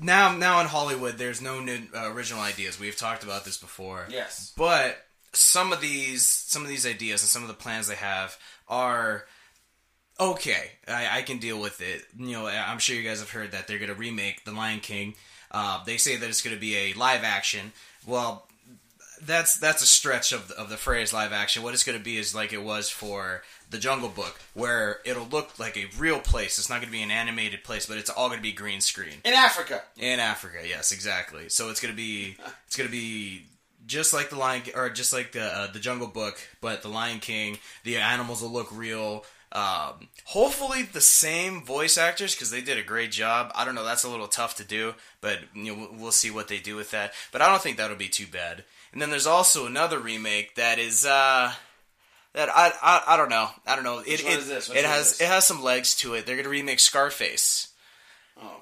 Speaker 6: now, now in Hollywood, there's no new, uh, original ideas. We've talked about this before.
Speaker 5: Yes.
Speaker 6: but some of these, some of these ideas and some of the plans they have are okay. I, I can deal with it. You know, I- I'm sure you guys have heard that they're going to remake The Lion King. Uh, they say that it's going to be a live action. Well, that's that's a stretch of the, of the phrase live action. What it's going to be is like it was for the Jungle Book, where it'll look like a real place. It's not going to be an animated place, but it's all going to be green screen
Speaker 5: In Africa.
Speaker 6: in Africa. Yes, exactly. So it's gonna be it's gonna be just like the Lion or just like the uh, the Jungle Book, but the Lion King. The animals will look real. Um, hopefully the same voice actors because they did a great job. I don't know. That's a little tough to do, but you know we'll- we'll see what they do with that. But I don't think that'll be too bad. And then there's also another remake that is. Uh, that I, I I don't know I don't know it
Speaker 5: one
Speaker 6: it,
Speaker 5: is this? Which
Speaker 6: it
Speaker 5: one is
Speaker 6: has
Speaker 5: this?
Speaker 6: it has some legs to it. They're gonna remake Scarface.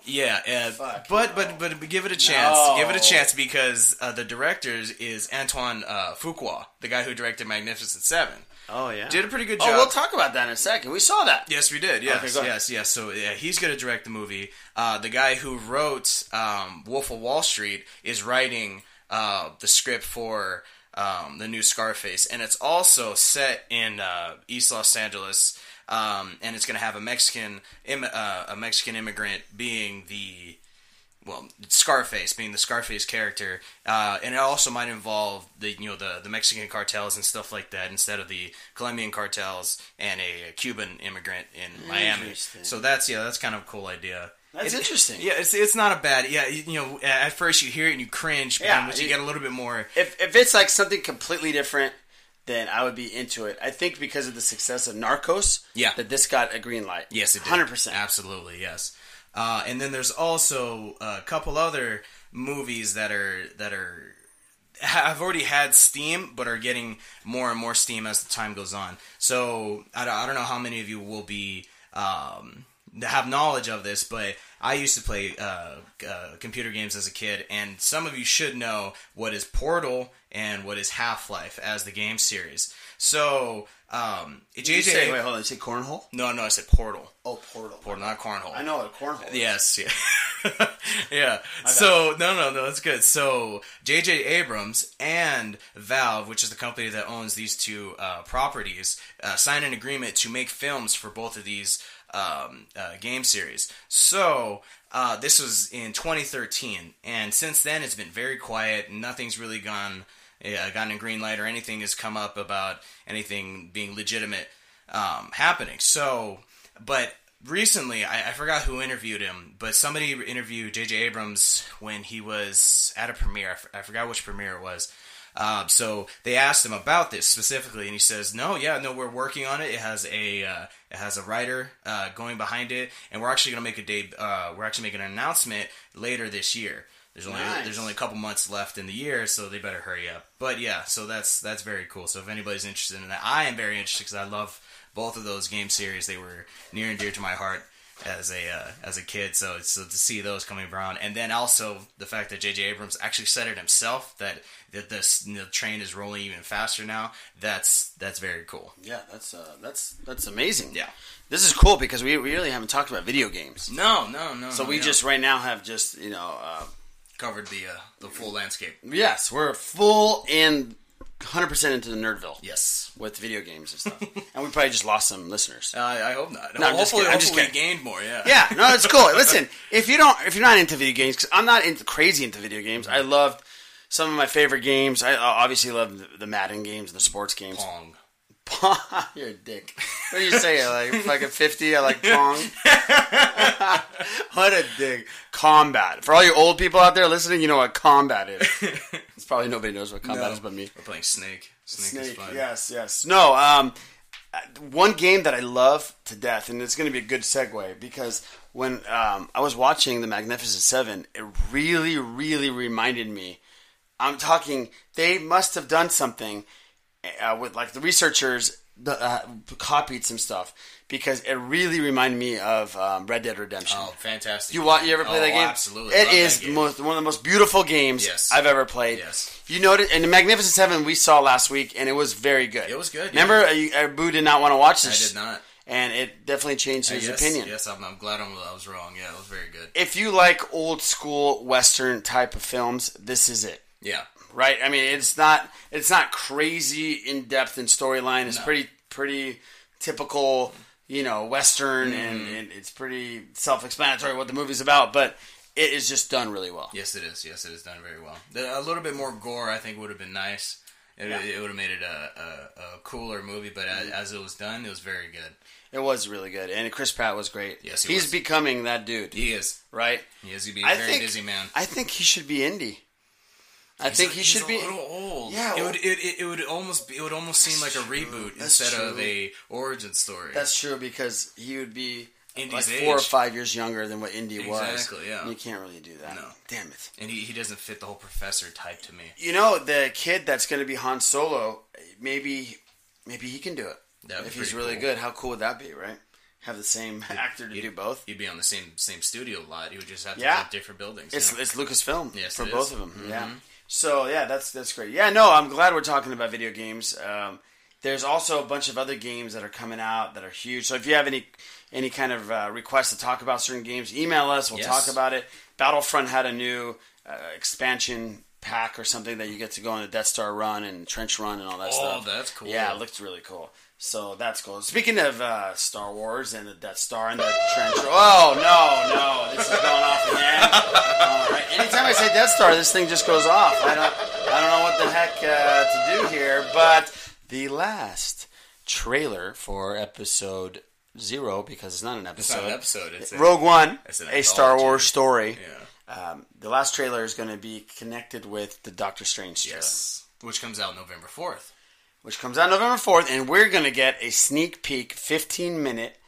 Speaker 6: Yeah, uh,
Speaker 5: Fuck,
Speaker 6: but, but but give it a chance.
Speaker 5: No.
Speaker 6: Give it a chance because uh, the director is Antoine uh, Fuqua, the guy who directed Magnificent Seven.
Speaker 5: Oh yeah.
Speaker 6: Did a pretty good
Speaker 5: Oh,
Speaker 6: job.
Speaker 5: we'll talk about that in a second. We saw that.
Speaker 6: Yes, we did. Yes,
Speaker 5: Okay, go ahead.
Speaker 6: yes, yes. So yeah, he's going to direct the movie. Uh, the guy who wrote um, Wolf of Wall Street is writing uh, the script for um, the new Scarface, and it's also set in uh, East Los Angeles, um, and it's going to have a Mexican Im- uh, a Mexican immigrant being the well, Scarface being the Scarface character, uh, and it also might involve the you know the, the Mexican cartels and stuff like that instead of the Colombian cartels and a Cuban immigrant in Miami.
Speaker 5: Interesting.
Speaker 6: So that's yeah, that's kind of a cool idea.
Speaker 5: That's interesting.
Speaker 6: Yeah, it's it's not a bad yeah. You, you know, at first you hear it and you cringe, but
Speaker 5: Yeah,
Speaker 6: then once you
Speaker 5: it-
Speaker 6: get a little bit more,
Speaker 5: If if it's like something completely different, then I would be into it. I think because of the success of Narcos,
Speaker 6: Yeah.
Speaker 5: that this got a green light.
Speaker 6: Yes, it did.
Speaker 5: hundred percent.
Speaker 6: Absolutely, yes. Uh, and then there's also a couple other movies that are that are have already had steam, but are getting more and more steam as the time goes on. So I don't, I don't know how many of you will be um, have knowledge of this, but I used to play uh, uh, computer games as a kid, and some of you should know what is Portal and what is Half Life as the game series. So, um,
Speaker 5: You
Speaker 6: JJ.
Speaker 5: say, wait, hold on. You say cornhole?
Speaker 6: no, no, I said Portal.
Speaker 5: Oh, portal.
Speaker 6: Portal, not cornhole.
Speaker 5: I know what a cornhole. is.
Speaker 6: Yes, yeah. yeah. So no no no, that's good. So JJ Abrams and Valve, which is the company that owns these two uh, properties, uh, signed an agreement to make films for both of these um, uh, game series. So uh, this was in 2013, and since then it's been very quiet. Nothing's really gone uh, gotten a green light or anything has come up about anything being legitimate um, happening. So, but recently, I, I forgot who interviewed him, but somebody interviewed J.J. Abrams when he was at a premiere. I f- I forgot which premiere it was. Um, so they asked him about this specifically, and he says, "No, yeah, no, we're working on it. It has a uh, it has a writer uh, going behind it, and we're actually going to make a day. Uh, we're actually making an announcement later this year. There's only
Speaker 5: Nice.
Speaker 6: there's only a couple months left in the year, so they better hurry up. But yeah, so that's that's very cool. So if anybody's interested in that, I am very interested because I love both of those game series. They were near and dear to my heart as a uh, as a kid. So it's so to see those coming around, and then also the fact that J.J. Abrams actually said it himself that that this the train is rolling even faster now. That's that's very cool.
Speaker 5: Yeah, that's uh, that's that's amazing.
Speaker 6: Yeah.
Speaker 5: This is cool because we, we really haven't talked about video games.
Speaker 6: No, no, no.
Speaker 5: So
Speaker 6: no,
Speaker 5: we
Speaker 6: no.
Speaker 5: just right now have just you know uh,
Speaker 6: covered the uh, the full landscape.
Speaker 5: yes we're full in 100 percent into the Nerdville
Speaker 6: Yes.
Speaker 5: with video games and stuff, and we probably just lost some listeners.
Speaker 6: Uh, I hope not.
Speaker 5: No, I'm just
Speaker 6: hopefully,
Speaker 5: kidding. I'm just
Speaker 6: hopefully we
Speaker 5: kidding.
Speaker 6: gained more. Yeah.
Speaker 5: Yeah, no, it's cool. Listen, if you don't, if you're not into video games, because I'm not into crazy into video games. I loved some of my favorite games. I uh, obviously love the, the Madden games, the sports games.
Speaker 6: Pong.
Speaker 5: Pong, you're a dick. What do you say? I Like fucking fifty? I like Pong. what a dick. Combat. For all you old people out there listening, you know what combat is. it's probably nobody knows what combat is but me.
Speaker 6: We're playing Snake. Snake, is fun.
Speaker 5: Yes, yes. No, um, uh, one game that I love to death, and it's going to be a good segue because when um, I was watching The Magnificent Seven, it really, really reminded me. I'm talking. They must have done something uh, with like the researchers the, uh, copied some stuff because it really reminded me of um, Red Dead Redemption.
Speaker 6: Oh, fantastic.
Speaker 5: You want you ever play
Speaker 6: Oh,
Speaker 5: that game?
Speaker 6: Absolutely.
Speaker 5: It
Speaker 6: Love that
Speaker 5: is
Speaker 6: game.
Speaker 5: most, one of the most beautiful games
Speaker 6: Yes.
Speaker 5: I've ever played.
Speaker 6: Yes.
Speaker 5: You noticed, and the Magnificent Seven we saw last week, and it was very good.
Speaker 6: It was good, yeah.
Speaker 5: Remember, yeah. Boo did not want to watch
Speaker 6: I
Speaker 5: this.
Speaker 6: did not. Uh,
Speaker 5: and it definitely changed his
Speaker 6: yes,
Speaker 5: opinion.
Speaker 6: Yes, I'm, I'm glad I'm, I was wrong. Yeah, it was very good.
Speaker 5: If you like old school Western type of films, this is it.
Speaker 6: Yeah.
Speaker 5: Right? I mean, it's not it's not crazy in depth and storyline. It's pretty pretty typical, you know, Western, and,
Speaker 6: Mm-hmm.
Speaker 5: and it's pretty self explanatory what the movie's about. But it is just done really well.
Speaker 6: Yes, it is. Yes, it is done very well. The- A little bit more gore, I think, would have been nice. It, it would have made it a, a, a cooler movie, but as, as it was done, it was very good.
Speaker 5: It was really good, and Chris Pratt was great.
Speaker 6: Yes, he
Speaker 5: he's
Speaker 6: was.
Speaker 5: becoming that dude,
Speaker 6: He is.
Speaker 5: right?
Speaker 6: He is. He'd be a
Speaker 5: I
Speaker 6: very
Speaker 5: think-
Speaker 6: busy man.
Speaker 5: I think he should be indie. I think he
Speaker 6: He's
Speaker 5: should
Speaker 6: a
Speaker 5: be.
Speaker 6: little old.
Speaker 5: Yeah,
Speaker 6: it
Speaker 5: well-
Speaker 6: would it, it, it would almost be, it would almost seem like a reboot
Speaker 5: That's
Speaker 6: instead of
Speaker 5: true.
Speaker 6: a origin story.
Speaker 5: That's true because he would be
Speaker 6: Indy's
Speaker 5: like four or
Speaker 6: age.
Speaker 5: five years younger than what Indy was.
Speaker 6: Exactly, yeah.
Speaker 5: You can't really do that.
Speaker 6: No.
Speaker 5: Damn it.
Speaker 6: and he, he doesn't fit the whole professor type to me.
Speaker 5: You know the kid that's going to be Han Solo. Maybe, maybe he can do it
Speaker 6: That'd be
Speaker 5: if he's
Speaker 6: pretty
Speaker 5: really
Speaker 6: cool.
Speaker 5: good. How cool would that be? Right? Have the same actor to do both.
Speaker 6: He'd be on the same same studio lot. He would just have to
Speaker 5: Yeah.
Speaker 6: live different buildings.
Speaker 5: It's
Speaker 6: yeah.
Speaker 5: it's Lucasfilm
Speaker 6: Yes,
Speaker 5: for
Speaker 6: it
Speaker 5: both
Speaker 6: is. Mm-hmm.
Speaker 5: of them. Yeah. So yeah, that's that's great. Yeah, no, I'm glad we're talking about video games. Um, there's also a bunch of other games that are coming out that are huge. So if you have any any kind of uh, requests to talk about certain games, email us. We'll
Speaker 6: Yes.
Speaker 5: talk about it. Battlefront had a new uh, expansion pack or something that you get to go on a Death Star run and trench run and all that
Speaker 6: Oh,
Speaker 5: stuff.
Speaker 6: that's cool.
Speaker 5: Yeah, it looked really cool. So that's cool. Speaking of uh, Star Wars and the Death Star and the trench. Oh no, no, this is going off again. All right. Anytime I say Death Star, this thing just goes off. I don't, I don't know what the heck uh, to do here. But the last trailer for episode zero, because it's not an
Speaker 6: It's not
Speaker 5: episode.
Speaker 6: an episode. It's a-
Speaker 5: Rogue One,
Speaker 6: It's an
Speaker 5: a Star
Speaker 6: anthology.
Speaker 5: Wars story.
Speaker 6: Yeah.
Speaker 5: Um, the last trailer is going to be connected with the Doctor Strange trailer,
Speaker 6: Yes. Which comes out November fourth.
Speaker 5: which comes out November fourth, and we're going to get a sneak peek, fifteen minute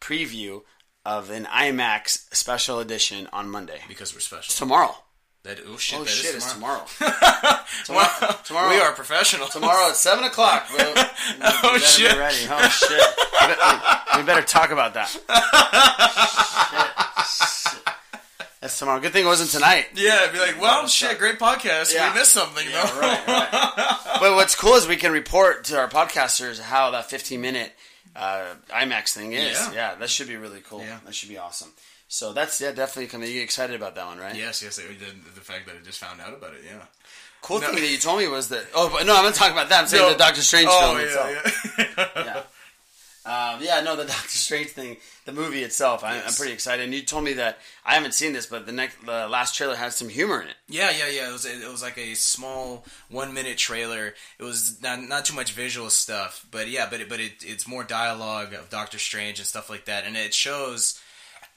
Speaker 5: preview of an IMAX special edition on Monday.
Speaker 6: Because we're special.
Speaker 5: Tomorrow.
Speaker 6: that, oh shit!
Speaker 5: Oh
Speaker 6: that is
Speaker 5: shit! It's
Speaker 6: tomorrow.
Speaker 5: tomorrow. tomorrow. tomorrow.
Speaker 6: We are professional.
Speaker 5: tomorrow at seven o'clock. Well,
Speaker 6: oh shit!
Speaker 5: Be ready. Oh shit! We be- we, we better talk about that. shit. Shit. That's tomorrow. Good thing it wasn't tonight.
Speaker 6: Yeah, it'd be like, well, shit, great podcast.
Speaker 5: Yeah.
Speaker 6: We missed something though.
Speaker 5: But what's cool is we can report to our podcasters how that 15 minute uh, IMAX thing is.
Speaker 6: Yeah.
Speaker 5: Yeah. that should be really cool.
Speaker 6: Yeah.
Speaker 5: That should be awesome. So that's yeah, definitely coming. You excited about that one, right?
Speaker 6: Yes, yes, the, the fact that I just found out about it. Yeah.
Speaker 5: Cool
Speaker 6: No.
Speaker 5: thing that you told me was that. Oh, but no, I'm not talking about that. I'm saying
Speaker 6: No.
Speaker 5: the Doctor Strange
Speaker 6: oh,
Speaker 5: film itself.
Speaker 6: yeah, yeah.
Speaker 5: yeah. Um, yeah, no, the Doctor Strange thing, the movie itself, I, I'm pretty excited. And you told me that I haven't seen this, but the next, the last trailer has some humor in it.
Speaker 6: Yeah, yeah, yeah. It was it was like a small one minute trailer. It was not not too much visual stuff, but yeah, but it, but it, it's more dialogue of Doctor Strange and stuff like that, and it shows.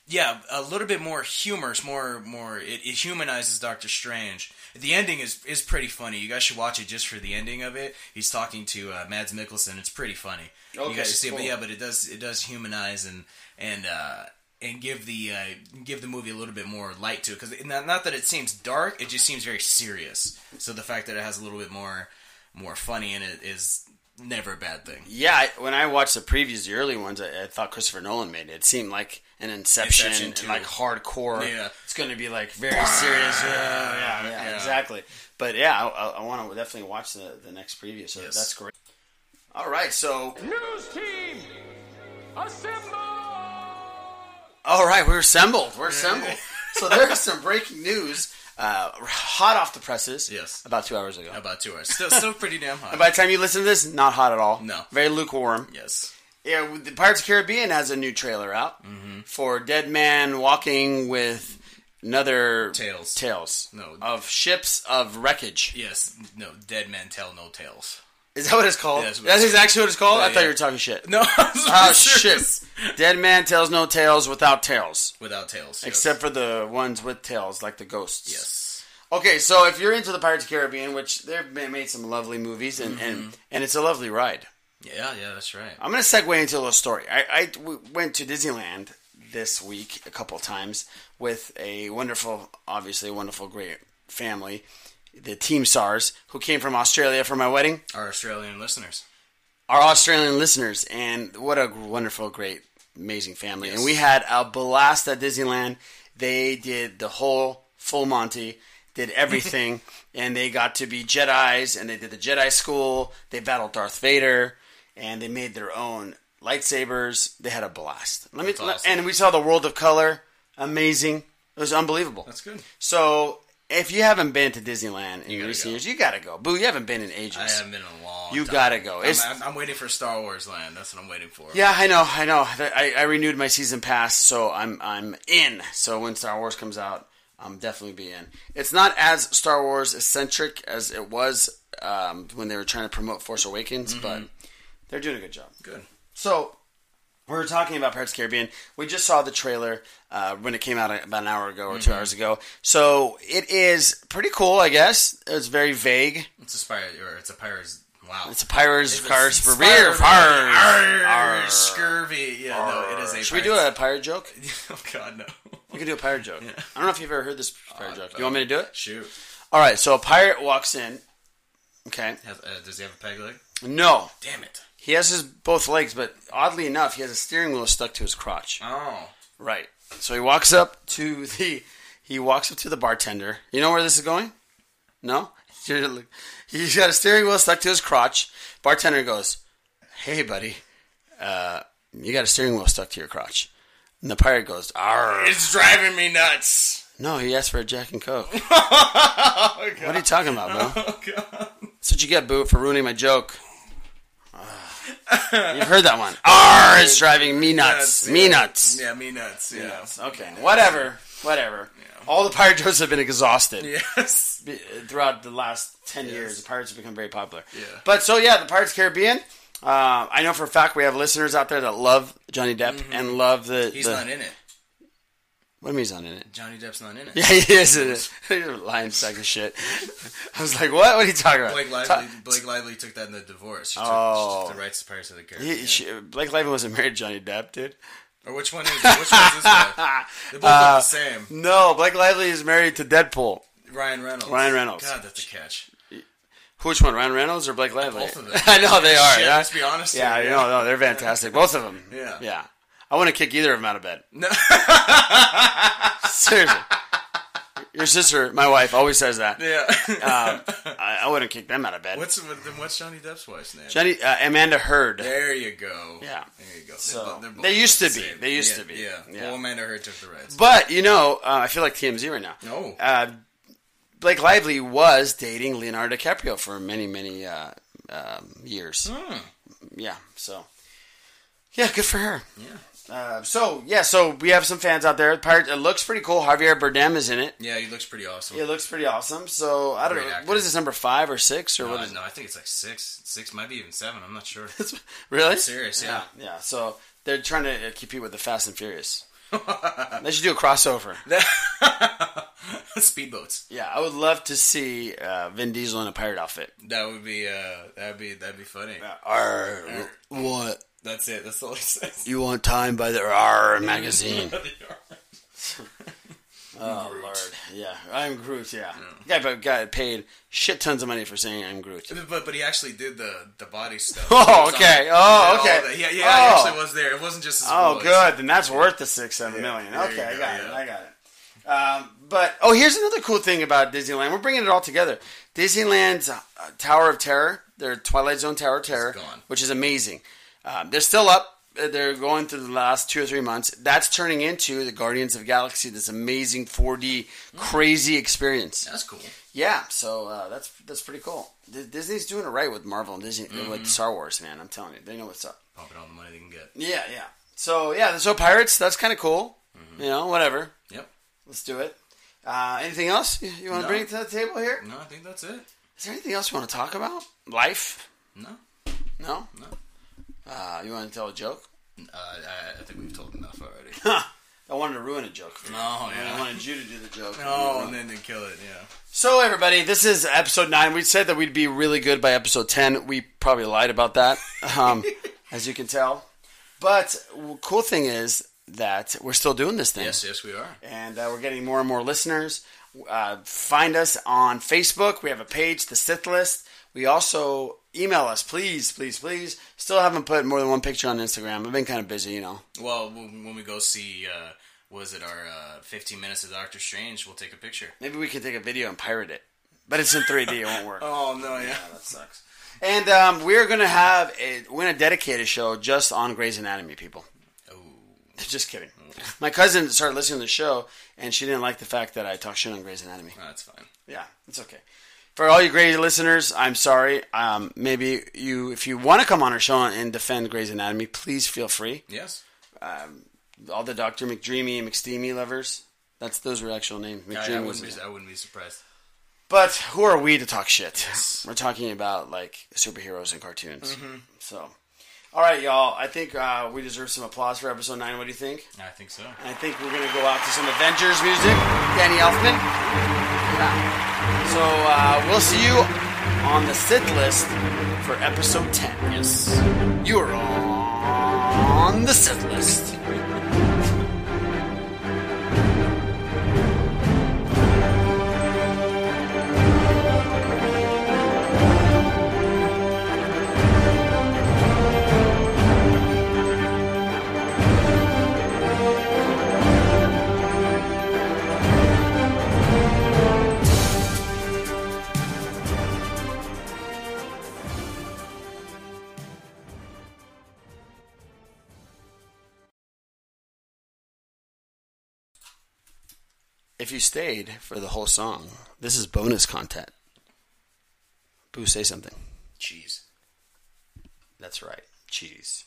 Speaker 6: Yeah, a little bit more humorous, more more. It, it humanizes Doctor Strange. The ending is is pretty funny. You guys should watch it just for the ending of it. He's talking to uh, Mads Mikkelsen. It's pretty funny. you
Speaker 5: Okay,
Speaker 6: guys should see it. But
Speaker 5: cool.
Speaker 6: yeah, but it does it does humanize and and uh, and give the uh, give the movie a little bit more light to it because not, not that it seems dark, it just seems very serious. So the fact that it has a little bit more more funny in it is never a bad thing.
Speaker 5: Yeah, I, when I watched the previews, the early ones, I, I thought Christopher Nolan made it. It seemed like an Inception,
Speaker 6: Inception
Speaker 5: and
Speaker 6: too.
Speaker 5: like hardcore.
Speaker 6: Yeah.
Speaker 5: it's going to be like very serious. Yeah, yeah, yeah,
Speaker 6: yeah.
Speaker 5: exactly. But yeah, I, I, I want to definitely watch the, the next preview. So
Speaker 6: Yes.
Speaker 5: that's great. All right, so
Speaker 2: News team, assemble!
Speaker 5: All right, we're assembled. We're assembled. so there is some breaking news, uh, hot off the presses.
Speaker 6: Yes.
Speaker 5: about two hours ago.
Speaker 6: About two hours, still still pretty damn hot.
Speaker 5: And by the time you listen to this, not hot at all.
Speaker 6: No.
Speaker 5: very lukewarm.
Speaker 6: yes,
Speaker 5: Yeah, with the Pirates of the Caribbean has a new trailer out
Speaker 6: Mm-hmm.
Speaker 5: for Dead Man Walking with another
Speaker 6: Tales.
Speaker 5: Tales.
Speaker 6: No.
Speaker 5: of ships of wreckage.
Speaker 6: yes, no. Dead men tell no tales.
Speaker 5: Is that what it's called?
Speaker 6: Yeah, that's
Speaker 5: that's
Speaker 6: what it's-
Speaker 5: actually what it's called.
Speaker 6: Yeah,
Speaker 5: I thought
Speaker 6: yeah.
Speaker 5: you were talking shit.
Speaker 6: No,
Speaker 5: Oh shit! Dead man tells no tales without tails,
Speaker 6: Without tales, yes.
Speaker 5: except for the ones with tails, like the ghosts.
Speaker 6: yes,
Speaker 5: Okay, so if you're into the Pirates of the Caribbean, which they've ma- made some lovely movies, and,
Speaker 6: Mm-hmm.
Speaker 5: and, and it's a lovely ride.
Speaker 6: yeah, yeah. That's right.
Speaker 5: I'm going to segue into a little story. I, I w- went to Disneyland this week a couple times with a wonderful, obviously a wonderful, great family, the Team SARS, who came from Australia for my wedding,
Speaker 6: Our Australian listeners.
Speaker 5: our Australian listeners, and what a wonderful, great, amazing family. And we had a blast at Disneyland. They did the whole full Monty, did everything, and they got to be Jedi's, and they did the Jedi school. They battled Darth Vader, and they made their own lightsabers. They had a blast. Let me,
Speaker 6: awesome.
Speaker 5: and we saw the World of Color. Amazing. It was unbelievable.
Speaker 6: That's good.
Speaker 5: So. If you haven't been to Disneyland in recent
Speaker 6: go.
Speaker 5: years, you gotta go. Boo, you haven't been in ages.
Speaker 6: I haven't been in a long.
Speaker 5: You
Speaker 6: time.
Speaker 5: gotta go.
Speaker 6: I'm,
Speaker 5: It's-
Speaker 6: I'm, I'm waiting for Star Wars Land. That's what I'm waiting for.
Speaker 5: Yeah, I know, I know. I, I renewed my season pass, so I'm I'm in. So when Star Wars comes out, I'm definitely be in. It's not as Star Wars eccentric as it was um, when they were trying to promote Force Awakens,
Speaker 6: Mm-hmm.
Speaker 5: but they're doing a good job.
Speaker 6: Good.
Speaker 5: So we were talking about Pirates of the Caribbean. We just saw the trailer uh, when it came out about an hour ago or
Speaker 6: Mm-hmm.
Speaker 5: two hours ago. So it is pretty cool, I guess. It's very vague.
Speaker 6: It's a pirate. Or it's a pirate's. Wow.
Speaker 5: It's a pirates,
Speaker 6: It's
Speaker 5: cars, for
Speaker 6: inspired
Speaker 5: beer,
Speaker 6: by-
Speaker 5: Arr,
Speaker 6: Arr,
Speaker 5: arr.
Speaker 6: Scurvy. Yeah, no, it is a.
Speaker 5: Should we do a pirate joke?
Speaker 6: oh God, no.
Speaker 5: We could do a pirate joke. I don't know if you've ever heard this pirate joke. Do you want me to do it?
Speaker 6: Shoot.
Speaker 5: All right. So a pirate walks in. Okay.
Speaker 6: Has, uh, does he have a peg leg?
Speaker 5: No,
Speaker 6: Damn it.
Speaker 5: he has his both legs, but oddly enough, he has a steering wheel stuck to his crotch.
Speaker 6: Oh.
Speaker 5: Right. So he walks up to the he walks up to the bartender. You know where this is going? No. He's got a steering wheel stuck to his crotch. Bartender goes, "Hey, buddy, uh, you got a steering wheel stuck to your crotch." And the pirate goes, "Arr."
Speaker 6: It's driving me nuts.
Speaker 5: No, he asked for a Jack and Coke.
Speaker 6: Oh,
Speaker 5: What are you talking about, bro? That's what you get, boo, for ruining my joke. Ah. You've heard that one. R is driving me nuts.
Speaker 6: yeah.
Speaker 5: Me nuts.
Speaker 6: Yeah, me nuts. Yeah.
Speaker 5: Okay, whatever. Whatever. All the pirate jokes have been exhausted
Speaker 6: Yes.
Speaker 5: be- throughout the last 10 years. The pirates have become very popular.
Speaker 6: Yeah.
Speaker 5: But so, yeah, the Pirates of the Caribbean. Uh, I know for a fact we have listeners out there that love Johnny Depp and love the.
Speaker 6: Mm-hmm. He's
Speaker 5: the-
Speaker 6: not in it.
Speaker 5: What do you mean he's not in it?
Speaker 6: Johnny Depp's not in it.
Speaker 5: Yeah, he is. in it. You're lying sack of shit. I was like, what? What are you talking about?
Speaker 6: Blake Lively.
Speaker 5: Ta- Oh.
Speaker 6: Blake Lively took that in the divorce. She took, she took the rights to Pirates of the Caribbean.
Speaker 5: he, she, Blake Lively wasn't married to Johnny Depp, dude.
Speaker 6: Or which one is which one's this guy? They
Speaker 5: Uh,
Speaker 6: both look the same.
Speaker 5: No, Blake Lively is married to Deadpool.
Speaker 6: Ryan Reynolds.
Speaker 5: Ryan Reynolds.
Speaker 6: God, that's a catch.
Speaker 5: Which one, Ryan Reynolds or Blake Lively?
Speaker 6: Both of them.
Speaker 5: I know they are.
Speaker 6: Shit,
Speaker 5: yeah,
Speaker 6: let's be honest
Speaker 5: Yeah,
Speaker 6: here,
Speaker 5: you know, no, they're fantastic. Both of them.
Speaker 6: Yeah.
Speaker 5: yeah. I want to kick either of them out of bed. No, seriously. Your sister, my wife, always says that.
Speaker 6: Yeah.
Speaker 5: Um, I, I wouldn't kick them out of bed.
Speaker 6: what's then what's Johnny Depp's wife's name?
Speaker 5: Jenny, uh, Amanda Heard.
Speaker 6: There you go.
Speaker 5: Yeah.
Speaker 6: There you go.
Speaker 5: So,
Speaker 6: They're bo- they're both
Speaker 5: they used to
Speaker 6: the
Speaker 5: be.
Speaker 6: same.
Speaker 5: They used
Speaker 6: Yeah,
Speaker 5: to be.
Speaker 6: Yeah.
Speaker 5: Yeah.
Speaker 6: Well, Amanda Heard took the rights.
Speaker 5: But you know, uh, I feel like TMZ right now.
Speaker 6: No.
Speaker 5: Uh, Blake Lively was dating Leonardo DiCaprio for many, many uh, um, years.
Speaker 6: Hmm.
Speaker 5: Yeah. So, yeah, good for her. Yeah. Uh, so yeah, so we have some fans out there. Pirate, it looks pretty cool. Javier Bardem is in it.
Speaker 6: yeah, he looks pretty awesome.
Speaker 5: It looks pretty awesome. So I don't
Speaker 6: Great
Speaker 5: know.
Speaker 6: actor.
Speaker 5: What is this number five or six or
Speaker 6: Uh,
Speaker 5: what is?
Speaker 6: no, I think it's like six, six, maybe even seven. I'm not sure.
Speaker 5: Really?
Speaker 6: I'm serious, yeah.
Speaker 5: yeah. Yeah. So they're trying to uh, compete with the Fast and Furious. they should do a crossover.
Speaker 6: Speedboats.
Speaker 5: Yeah, I would love to see uh, Vin Diesel in a pirate outfit.
Speaker 6: That would be, uh, that'd be, that'd be funny.
Speaker 5: Arr, what?
Speaker 6: That's it. That's all he says.
Speaker 5: You want time by the R magazine? oh lord, yeah, I'm Groot. Yeah, yeah. guy got paid shit tons of money for saying I'm Groot.
Speaker 6: But but he actually did the the body stuff.
Speaker 5: Oh,
Speaker 6: He was
Speaker 5: okay.
Speaker 6: on-
Speaker 5: Oh,
Speaker 6: did all
Speaker 5: okay.
Speaker 6: that. Yeah, yeah.
Speaker 5: Oh.
Speaker 6: He actually was there. It wasn't just. His
Speaker 5: Oh,
Speaker 6: voice.
Speaker 5: good. Then that's worth the six, seven
Speaker 6: Yeah,
Speaker 5: million.
Speaker 6: there you
Speaker 5: Okay, I
Speaker 6: go,
Speaker 5: got it.
Speaker 6: yeah.
Speaker 5: I got it. Um, but oh, here's another cool thing about Disneyland. We're bringing it all together. Disneyland's uh, Tower of Terror, their Twilight Zone Tower of Terror,
Speaker 6: gone.
Speaker 5: which is amazing. Um, they're still up. Uh, They're going through the last two or three months. That's turning into the Guardians of the Galaxy. This amazing 4D
Speaker 6: Mm.
Speaker 5: crazy experience.
Speaker 6: That's cool.
Speaker 5: Yeah, so uh, that's that's pretty cool. Di- Disney's doing it right with Marvel and Disney,
Speaker 6: Mm-hmm.
Speaker 5: like Star Wars. Man, I'm telling you, they know what's up.
Speaker 6: Pumping all the money they can get.
Speaker 5: Yeah, yeah. So yeah, so pirates. That's kind of cool.
Speaker 6: Mm-hmm.
Speaker 5: You know, whatever.
Speaker 6: Yep.
Speaker 5: Let's do it. Uh, anything else you, want to
Speaker 6: No.
Speaker 5: bring to the table here?
Speaker 6: No, I think that's it.
Speaker 5: Is there anything else you want to talk about? Life?
Speaker 6: No.
Speaker 5: No.
Speaker 6: No.
Speaker 5: Uh, you want to tell a joke?
Speaker 6: Uh, I, I think we've told enough already.
Speaker 5: I wanted to ruin a joke. For you.
Speaker 6: Oh, yeah.
Speaker 5: I wanted you to do the joke. Mm-hmm.
Speaker 6: oh, and then they kill it. Yeah.
Speaker 5: So everybody, this is episode nine. We said that we'd be really good by episode ten. We probably lied about that, um, as you can tell. But w- cool thing is that we're still doing this thing.
Speaker 6: Yes, yes, we are.
Speaker 5: and uh, we're getting more and more listeners. Uh, find us on Facebook. We have a page, The Sith List. We also email us, please, please, please. Still haven't put more than one picture on Instagram. I've been kind of busy, you know.
Speaker 6: Well, when when we go see, uh, was it our uh, 15 minutes of Doctor Strange? We'll take a picture.
Speaker 5: Maybe we can take a video and pirate it, but it's in 3D. It won't work.
Speaker 6: Oh no, yeah.
Speaker 5: That sucks. And um, we're gonna have a we're gonna dedicate a show just on Grey's Anatomy, people. Just kidding. My cousin started listening to the show, and she didn't like the fact that I talk shit on Grey's Anatomy.
Speaker 6: No, that's fine.
Speaker 5: Yeah, it's okay. For all you Grey listeners, I'm sorry. Um, maybe you, if you want to come on our show and defend Grey's Anatomy, please feel free.
Speaker 6: Yes.
Speaker 5: All the Doctor McDreamy and McSteamy lovers. That's those were actual names.
Speaker 6: I, I
Speaker 5: McDreamy was.
Speaker 6: wouldn't be, I wouldn't be surprised.
Speaker 5: But who are we to talk shit? We're talking about like superheroes and cartoons.
Speaker 6: Mm-hmm.
Speaker 5: So, all right, y'all. I think uh, we deserve some applause for episode nine. What do you think?
Speaker 6: I think so.
Speaker 5: And I think we're gonna go out to some Avengers music. Danny Elfman. Yeah. So uh, we'll see you on the Sith list for episode ten. Yes. You are on the Sith list. If you stayed for the whole song, this is bonus content. Boo, say something.
Speaker 6: Cheese.
Speaker 5: That's right. Cheese.